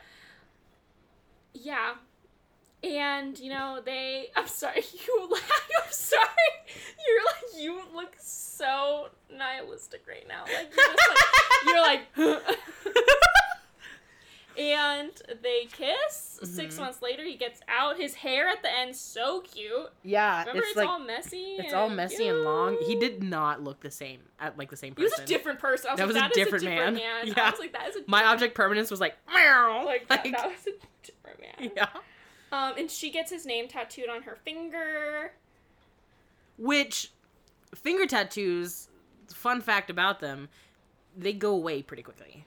Speaker 2: Yeah. And, you know, they. I'm sorry, you laugh. I'm sorry. You're like, you look so nihilistic right now. Like, you're just like. You're like. and they kiss. Six
Speaker 1: Mhm.
Speaker 2: months later, he gets out. His hair at the end, so cute.
Speaker 1: yeah,
Speaker 2: Remember,
Speaker 1: Uh, it's,
Speaker 2: it's,
Speaker 1: like
Speaker 2: all messy.
Speaker 1: it's all messy and long. He
Speaker 2: cute.
Speaker 1: did not look the same at like the same
Speaker 2: He was
Speaker 1: person.
Speaker 2: a different person. I was
Speaker 1: That
Speaker 2: like,
Speaker 1: was a
Speaker 2: that is
Speaker 1: different man.
Speaker 2: I
Speaker 1: Yeah.
Speaker 2: was like, that is a
Speaker 1: My object permanence was like meow.
Speaker 2: like, that, that was a different man.
Speaker 1: yeah.
Speaker 2: Um, and she gets his name tattooed on her finger.
Speaker 1: Which finger tattoos? Fun fact about them: they go away pretty quickly.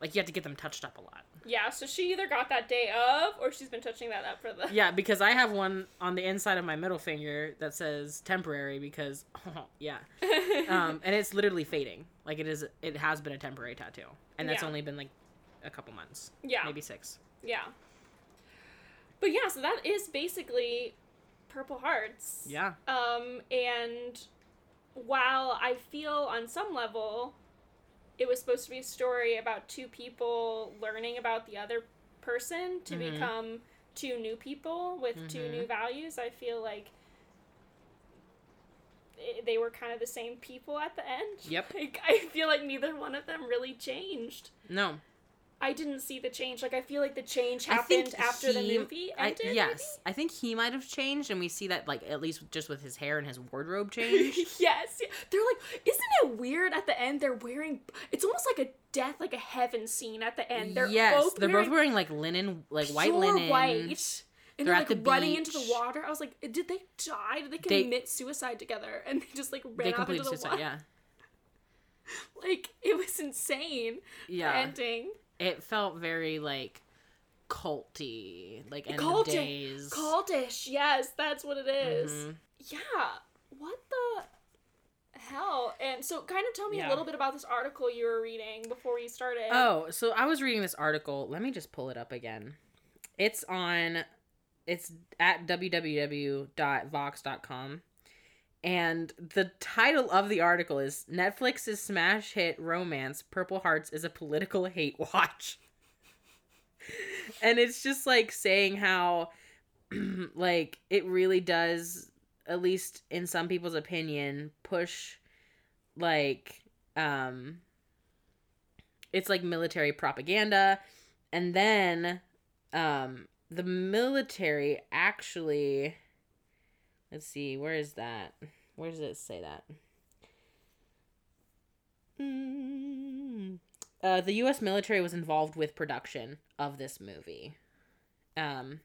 Speaker 1: Like you have to get them touched up a lot.
Speaker 2: Yeah, so she either got that day of, or she's been touching that up for the.
Speaker 1: Yeah, because I have one on the inside of my middle finger that says temporary because yeah. Um and it's literally fading. Like it is it has been a temporary tattoo. And that's
Speaker 2: Yeah.
Speaker 1: only been like a couple months.
Speaker 2: yeah,
Speaker 1: Maybe 6.
Speaker 2: yeah. But yeah, so that is basically Purple Hearts.
Speaker 1: Yeah.
Speaker 2: Um, and while I feel on some level it was supposed to be a story about two people learning about the other person to
Speaker 1: Mhm.
Speaker 2: become two new people with two
Speaker 1: Mhm.
Speaker 2: new values, I feel like i- they were kind of the same people at the end.
Speaker 1: Yep.
Speaker 2: Like, I feel like neither one of them really changed.
Speaker 1: No.
Speaker 2: I didn't see the change. Like I feel like the change
Speaker 1: I think
Speaker 2: happened after the
Speaker 1: he-
Speaker 2: movie
Speaker 1: I-
Speaker 2: ended. maybe?
Speaker 1: yes. I think he might have changed and we see that like at least just with his hair and his wardrobe change.
Speaker 2: yes. yeah. They're like, isn't it weird at the end? They're wearing, it's almost like a death, like a heaven scene at the end. They're
Speaker 1: yes,
Speaker 2: both
Speaker 1: they're
Speaker 2: wearing
Speaker 1: both wearing like linen, like white
Speaker 2: pure
Speaker 1: linen.
Speaker 2: white, And
Speaker 1: They're
Speaker 2: they're,
Speaker 1: at
Speaker 2: like
Speaker 1: the
Speaker 2: running into the
Speaker 1: beach.
Speaker 2: water. I was like, did they die? Did they
Speaker 1: They-
Speaker 2: commit suicide together? And they just like
Speaker 1: They
Speaker 2: ran off into
Speaker 1: completed
Speaker 2: the
Speaker 1: suicide.
Speaker 2: water.
Speaker 1: Yeah.
Speaker 2: Like it was insane. the
Speaker 1: Yeah.
Speaker 2: ending.
Speaker 1: it felt very like culty, like end
Speaker 2: Culty.
Speaker 1: of days.
Speaker 2: Cultish. Yes, that's what it is.
Speaker 1: Mhm.
Speaker 2: Yeah. What the hell? And so, kind of tell me
Speaker 1: Yeah.
Speaker 2: a little bit about this article you were reading before we started.
Speaker 1: Oh, so I was reading this article. Let me just pull it up again. It's on it's at www.vox.com. And the title of the article is Netflix's smash hit romance Purple Hearts is a political hate watch. and it's just like saying how like it really does at least in some people's opinion push like um it's like military propaganda and then um the military actually let's see where is that where does it say that Mm. uh, the U.S. military was involved with production of this movie. Um,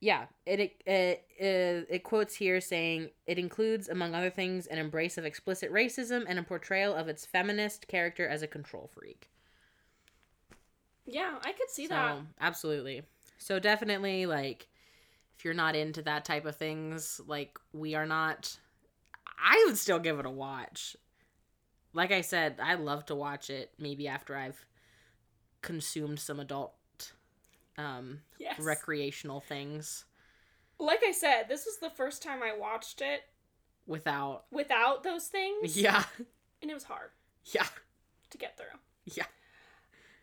Speaker 1: yeah, it it, it it it quotes here saying it includes, among other things, an embrace of explicit racism and a portrayal of its feminist character as a control freak.
Speaker 2: Yeah, I could see
Speaker 1: so,
Speaker 2: that.
Speaker 1: absolutely. So definitely, like, if you're not into that type of things, like we are not, I would still give it a watch. Like I said, I love to watch it. Maybe after I've consumed some adult um,
Speaker 2: Yes.
Speaker 1: recreational things
Speaker 2: like I said, this was the first time I watched it
Speaker 1: without,
Speaker 2: without those things.
Speaker 1: yeah,
Speaker 2: And it was hard
Speaker 1: yeah,
Speaker 2: to get through.
Speaker 1: yeah.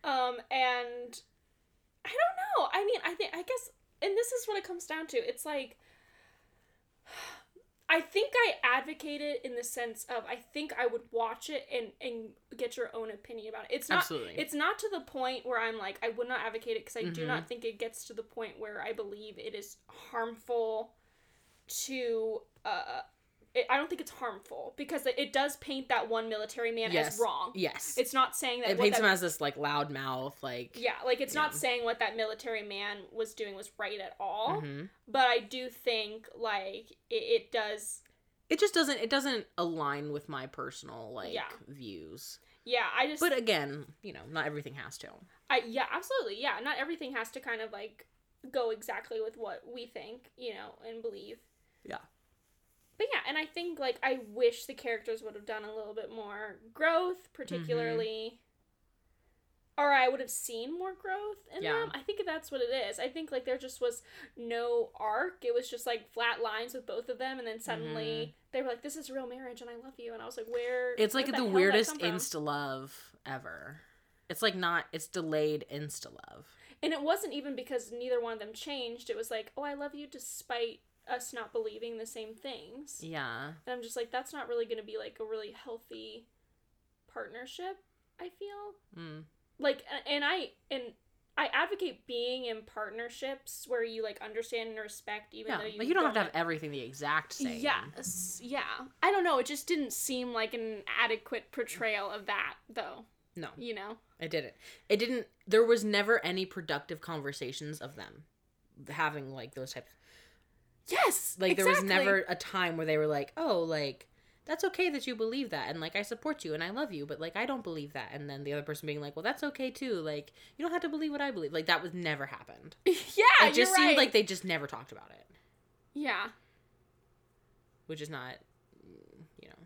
Speaker 2: Um, and I don't know. I mean, I think I guess, and this is what it comes down to. It's like I think I advocate it in the sense of I think I would watch it and and get your own opinion about it. It's not
Speaker 1: Absolutely.
Speaker 2: it's not to the point where I'm like I would not advocate it because I do
Speaker 1: Mhm.
Speaker 2: not think it gets to the point where I believe it is harmful to. Uh, it, I don't think it's harmful because it, it does paint that one military man as
Speaker 1: Yes.
Speaker 2: wrong.
Speaker 1: Yes,
Speaker 2: It's not saying that
Speaker 1: it
Speaker 2: what
Speaker 1: paints
Speaker 2: that
Speaker 1: him as this like loud mouth, like
Speaker 2: yeah, like it's not
Speaker 1: Yeah.
Speaker 2: saying what that military man was doing was right at all,
Speaker 1: mhm.
Speaker 2: but I do think like it, it does.
Speaker 1: It just doesn't. It doesn't align with my personal like
Speaker 2: Yeah.
Speaker 1: views.
Speaker 2: Yeah, I just
Speaker 1: But again, you know, not everything has to.
Speaker 2: I yeah, absolutely. Yeah, not everything has to kind of like go exactly with what we think, you know, and believe.
Speaker 1: Yeah.
Speaker 2: But yeah, and I think like I wish the characters would have done a little bit more growth,
Speaker 1: Mm-hmm.
Speaker 2: particularly or I would have seen more growth in
Speaker 1: Yeah.
Speaker 2: them. I think that's what it is. I think like there just was no arc. It was just like flat lines with both of them and then suddenly they were like this is real marriage and I love you and I was like where
Speaker 1: Mm-hmm. It's
Speaker 2: where
Speaker 1: like the,
Speaker 2: hell did that
Speaker 1: weirdest
Speaker 2: come from?
Speaker 1: insta love ever. It's like not. It's delayed insta love.
Speaker 2: And it wasn't even because neither one of them changed. It was like, oh, I love you despite us not believing the same things.
Speaker 1: Yeah.
Speaker 2: And I'm just like, that's not really going to be like a really healthy partnership, I feel.
Speaker 1: Mm.
Speaker 2: Like a- and I and I advocate being in partnerships where you like understand and respect even
Speaker 1: Yeah.
Speaker 2: though you
Speaker 1: Like you don't have to have everything the exact same.
Speaker 2: Yes. Yeah. I don't know, it just didn't seem like an adequate portrayal of that though,
Speaker 1: No,
Speaker 2: you know.
Speaker 1: it didn't. It didn't. There was never any productive conversations of them having like those types.
Speaker 2: Yes.
Speaker 1: Like there was
Speaker 2: exactly.
Speaker 1: never a time where they were like, "Oh, like that's okay that you believe that, and like I support you and I love you, but like I don't believe that." And then the other person being like, "Well, that's okay too. Like you don't have to believe what I believe." Like that was never happened.
Speaker 2: Yeah,
Speaker 1: it just
Speaker 2: you're
Speaker 1: seemed
Speaker 2: right.
Speaker 1: like they just never talked about it,
Speaker 2: Yeah.
Speaker 1: which is not, you know,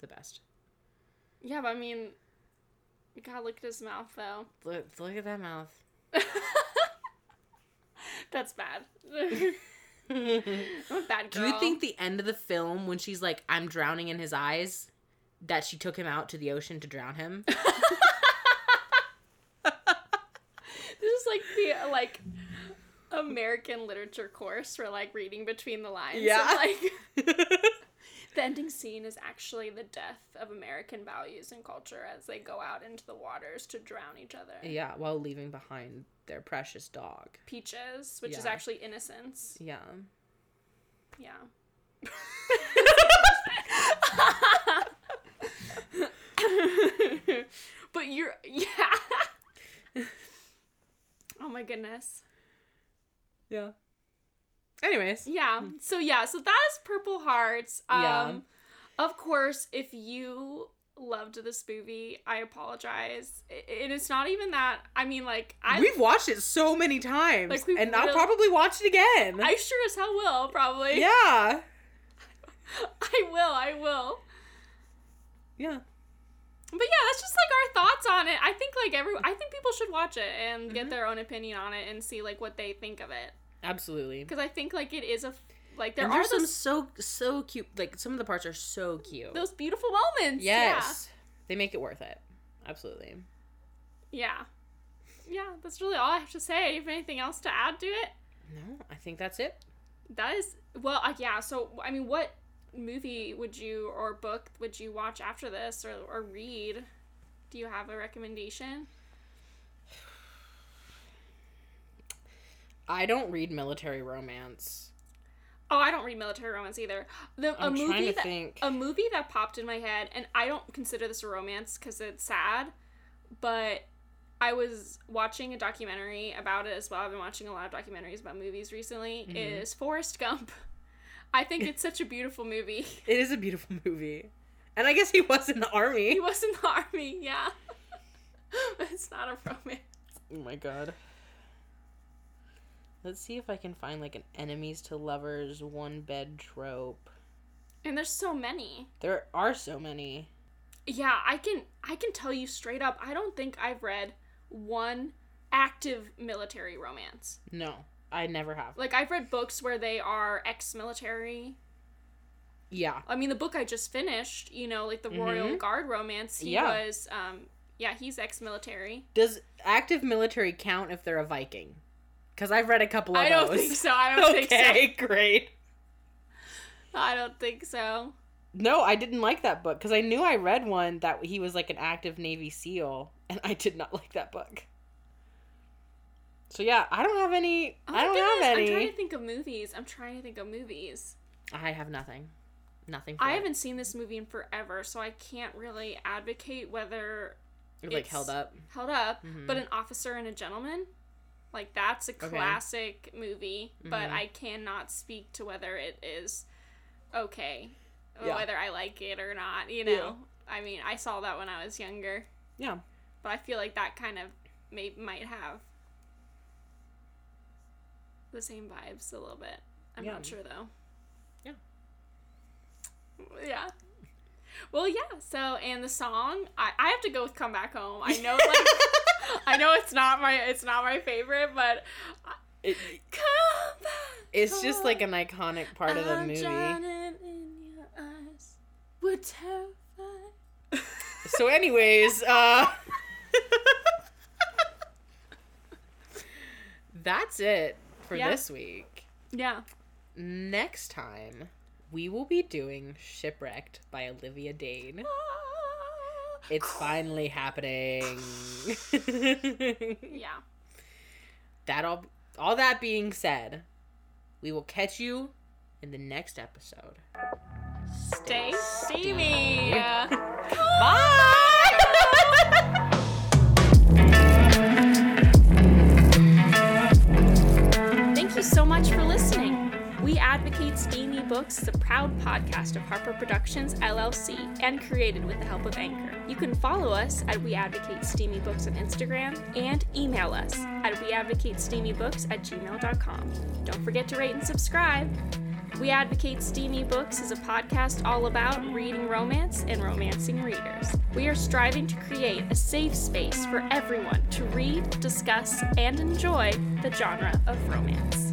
Speaker 1: the best.
Speaker 2: Yeah, but I mean, God, look at his mouth though.
Speaker 1: Look, look at that mouth.
Speaker 2: That's bad.
Speaker 1: Do
Speaker 2: I'm a bad girl.
Speaker 1: you think the end of the film, when she's like, "I'm drowning in his eyes," that she took him out to the ocean to drown him?
Speaker 2: this is like the uh, like American literature course for like reading between the lines? of,
Speaker 1: Yeah.
Speaker 2: like the ending scene is actually the death of American values and culture as they go out into the waters to drown each other.
Speaker 1: yeah, while leaving behind their precious dog.
Speaker 2: Peaches, which is
Speaker 1: Yeah.
Speaker 2: actually innocence.
Speaker 1: Yeah.
Speaker 2: Yeah. but you're yeah. oh my goodness.
Speaker 1: Yeah. Anyways.
Speaker 2: Yeah. So yeah, so that is Purple Hearts. Um
Speaker 1: Hmm. Yeah.
Speaker 2: of course, if you loved this movie, I apologize. I- And it's not even that. I mean like I
Speaker 1: We've watched it so many times,
Speaker 2: Like, we've
Speaker 1: and I'll
Speaker 2: really-
Speaker 1: probably watch it again.
Speaker 2: I sure as hell will probably.
Speaker 1: yeah,
Speaker 2: I will. I will.
Speaker 1: yeah,
Speaker 2: But yeah, that's just like our thoughts on it. I think like every I think people should watch it and
Speaker 1: Mm-hmm.
Speaker 2: get their own opinion on it and see like what they think of it
Speaker 1: absolutely.
Speaker 2: because I think like it is a f- like there
Speaker 1: And
Speaker 2: are
Speaker 1: there's some
Speaker 2: those
Speaker 1: so so cute. Like some of the parts are so cute.
Speaker 2: those beautiful moments.
Speaker 1: yes, they make it worth it. Absolutely.
Speaker 2: Yeah. Yeah. Yeah, that's really all I have to say. If anything else to add to it,
Speaker 1: No, I think that's it.
Speaker 2: that is well, uh, yeah. So I mean, what movie would you or book would you watch after this or or read? Do you have a recommendation?
Speaker 1: I don't read military romance.
Speaker 2: Oh, I don't read military romance either. The, a
Speaker 1: I'm trying
Speaker 2: movie
Speaker 1: to
Speaker 2: that
Speaker 1: think.
Speaker 2: a movie that popped in my head, and I don't consider this a romance because it's sad, but I was watching a documentary about it as well. I've been watching a lot of documentaries about movies recently.
Speaker 1: Mhm.
Speaker 2: Is Forrest Gump? I think it's such a beautiful movie.
Speaker 1: It is a beautiful movie. And I guess he was in the army.
Speaker 2: He was in the army, yeah. but it's not a romance.
Speaker 1: Oh my god. Let's see if I can find like an enemies to lovers one bed trope.
Speaker 2: And there's so many.
Speaker 1: There are so many.
Speaker 2: Yeah, I can I can tell you straight up. I don't think I've read one active military romance.
Speaker 1: No, I never have.
Speaker 2: Like I've read books where they are ex-military.
Speaker 1: Yeah.
Speaker 2: I mean, the book I just finished, you know, like the Royal
Speaker 1: Mhm.
Speaker 2: Guard romance. He
Speaker 1: Yeah.
Speaker 2: was, um, yeah, he's ex-military.
Speaker 1: Does active military count if they're a Viking? Because I've read a couple of
Speaker 2: I don't
Speaker 1: those.
Speaker 2: think so. I don't think
Speaker 1: okay, great.
Speaker 2: so. I don't think so.
Speaker 1: No, I didn't like that book because I knew I read one that he was like an active Navy SEAL, and I did not like that book. So yeah, I don't have any.
Speaker 2: Oh my
Speaker 1: I don't
Speaker 2: goodness,
Speaker 1: have
Speaker 2: I'm
Speaker 1: any.
Speaker 2: trying to think of movies. I'm trying to think of movies.
Speaker 1: I have nothing. Nothing. For
Speaker 2: I
Speaker 1: it.
Speaker 2: haven't seen this movie in forever, so I can't really advocate whether
Speaker 1: It, like
Speaker 2: it's-
Speaker 1: held up.
Speaker 2: held up.
Speaker 1: Mhm.
Speaker 2: But an officer and a gentleman, like that's a
Speaker 1: Okay.
Speaker 2: classic movie. But
Speaker 1: Mhm.
Speaker 2: I cannot speak to whether it is okay, or
Speaker 1: Yeah.
Speaker 2: whether I like it or not. You know,
Speaker 1: Yeah.
Speaker 2: I mean, I saw that when I was younger,
Speaker 1: Yeah.
Speaker 2: but I feel like that kind of may might have the same vibes a little bit. I'm
Speaker 1: Yeah.
Speaker 2: not sure though.
Speaker 1: Yeah.
Speaker 2: Yeah. Well, yeah. So, and the song, I, I have to go with "Come Back Home." I know, like, I know it's not my it's not my favorite, but
Speaker 1: It,
Speaker 2: come back.
Speaker 1: it's just like an iconic part of the
Speaker 2: I'm
Speaker 1: movie.
Speaker 2: drowning in your eyes. We're terrified.
Speaker 1: So, anyways, uh, that's it for
Speaker 2: Yeah.
Speaker 1: this week.
Speaker 2: Yeah.
Speaker 1: Next time, we will be doing Shipwrecked by Olivia
Speaker 2: Ah.
Speaker 1: Dane. It's finally happening.
Speaker 2: Yeah.
Speaker 1: that all, all that being said, we will catch you in the next episode.
Speaker 2: Stay steamy.
Speaker 1: Bye.
Speaker 2: Thank you so much for listening. We advocate Steamy Books is a proud podcast of Harper Productions LLC and created with the help of Anchor. You can follow us at We Advocate Steamy Books on Instagram and email us at weadvocatesteamybooks at gmail.com. Don't forget to rate and subscribe. We Advocate Steamy Books is a podcast all about reading romance and romancing readers. We are striving to create a safe space for everyone to read, discuss, and enjoy the genre of romance.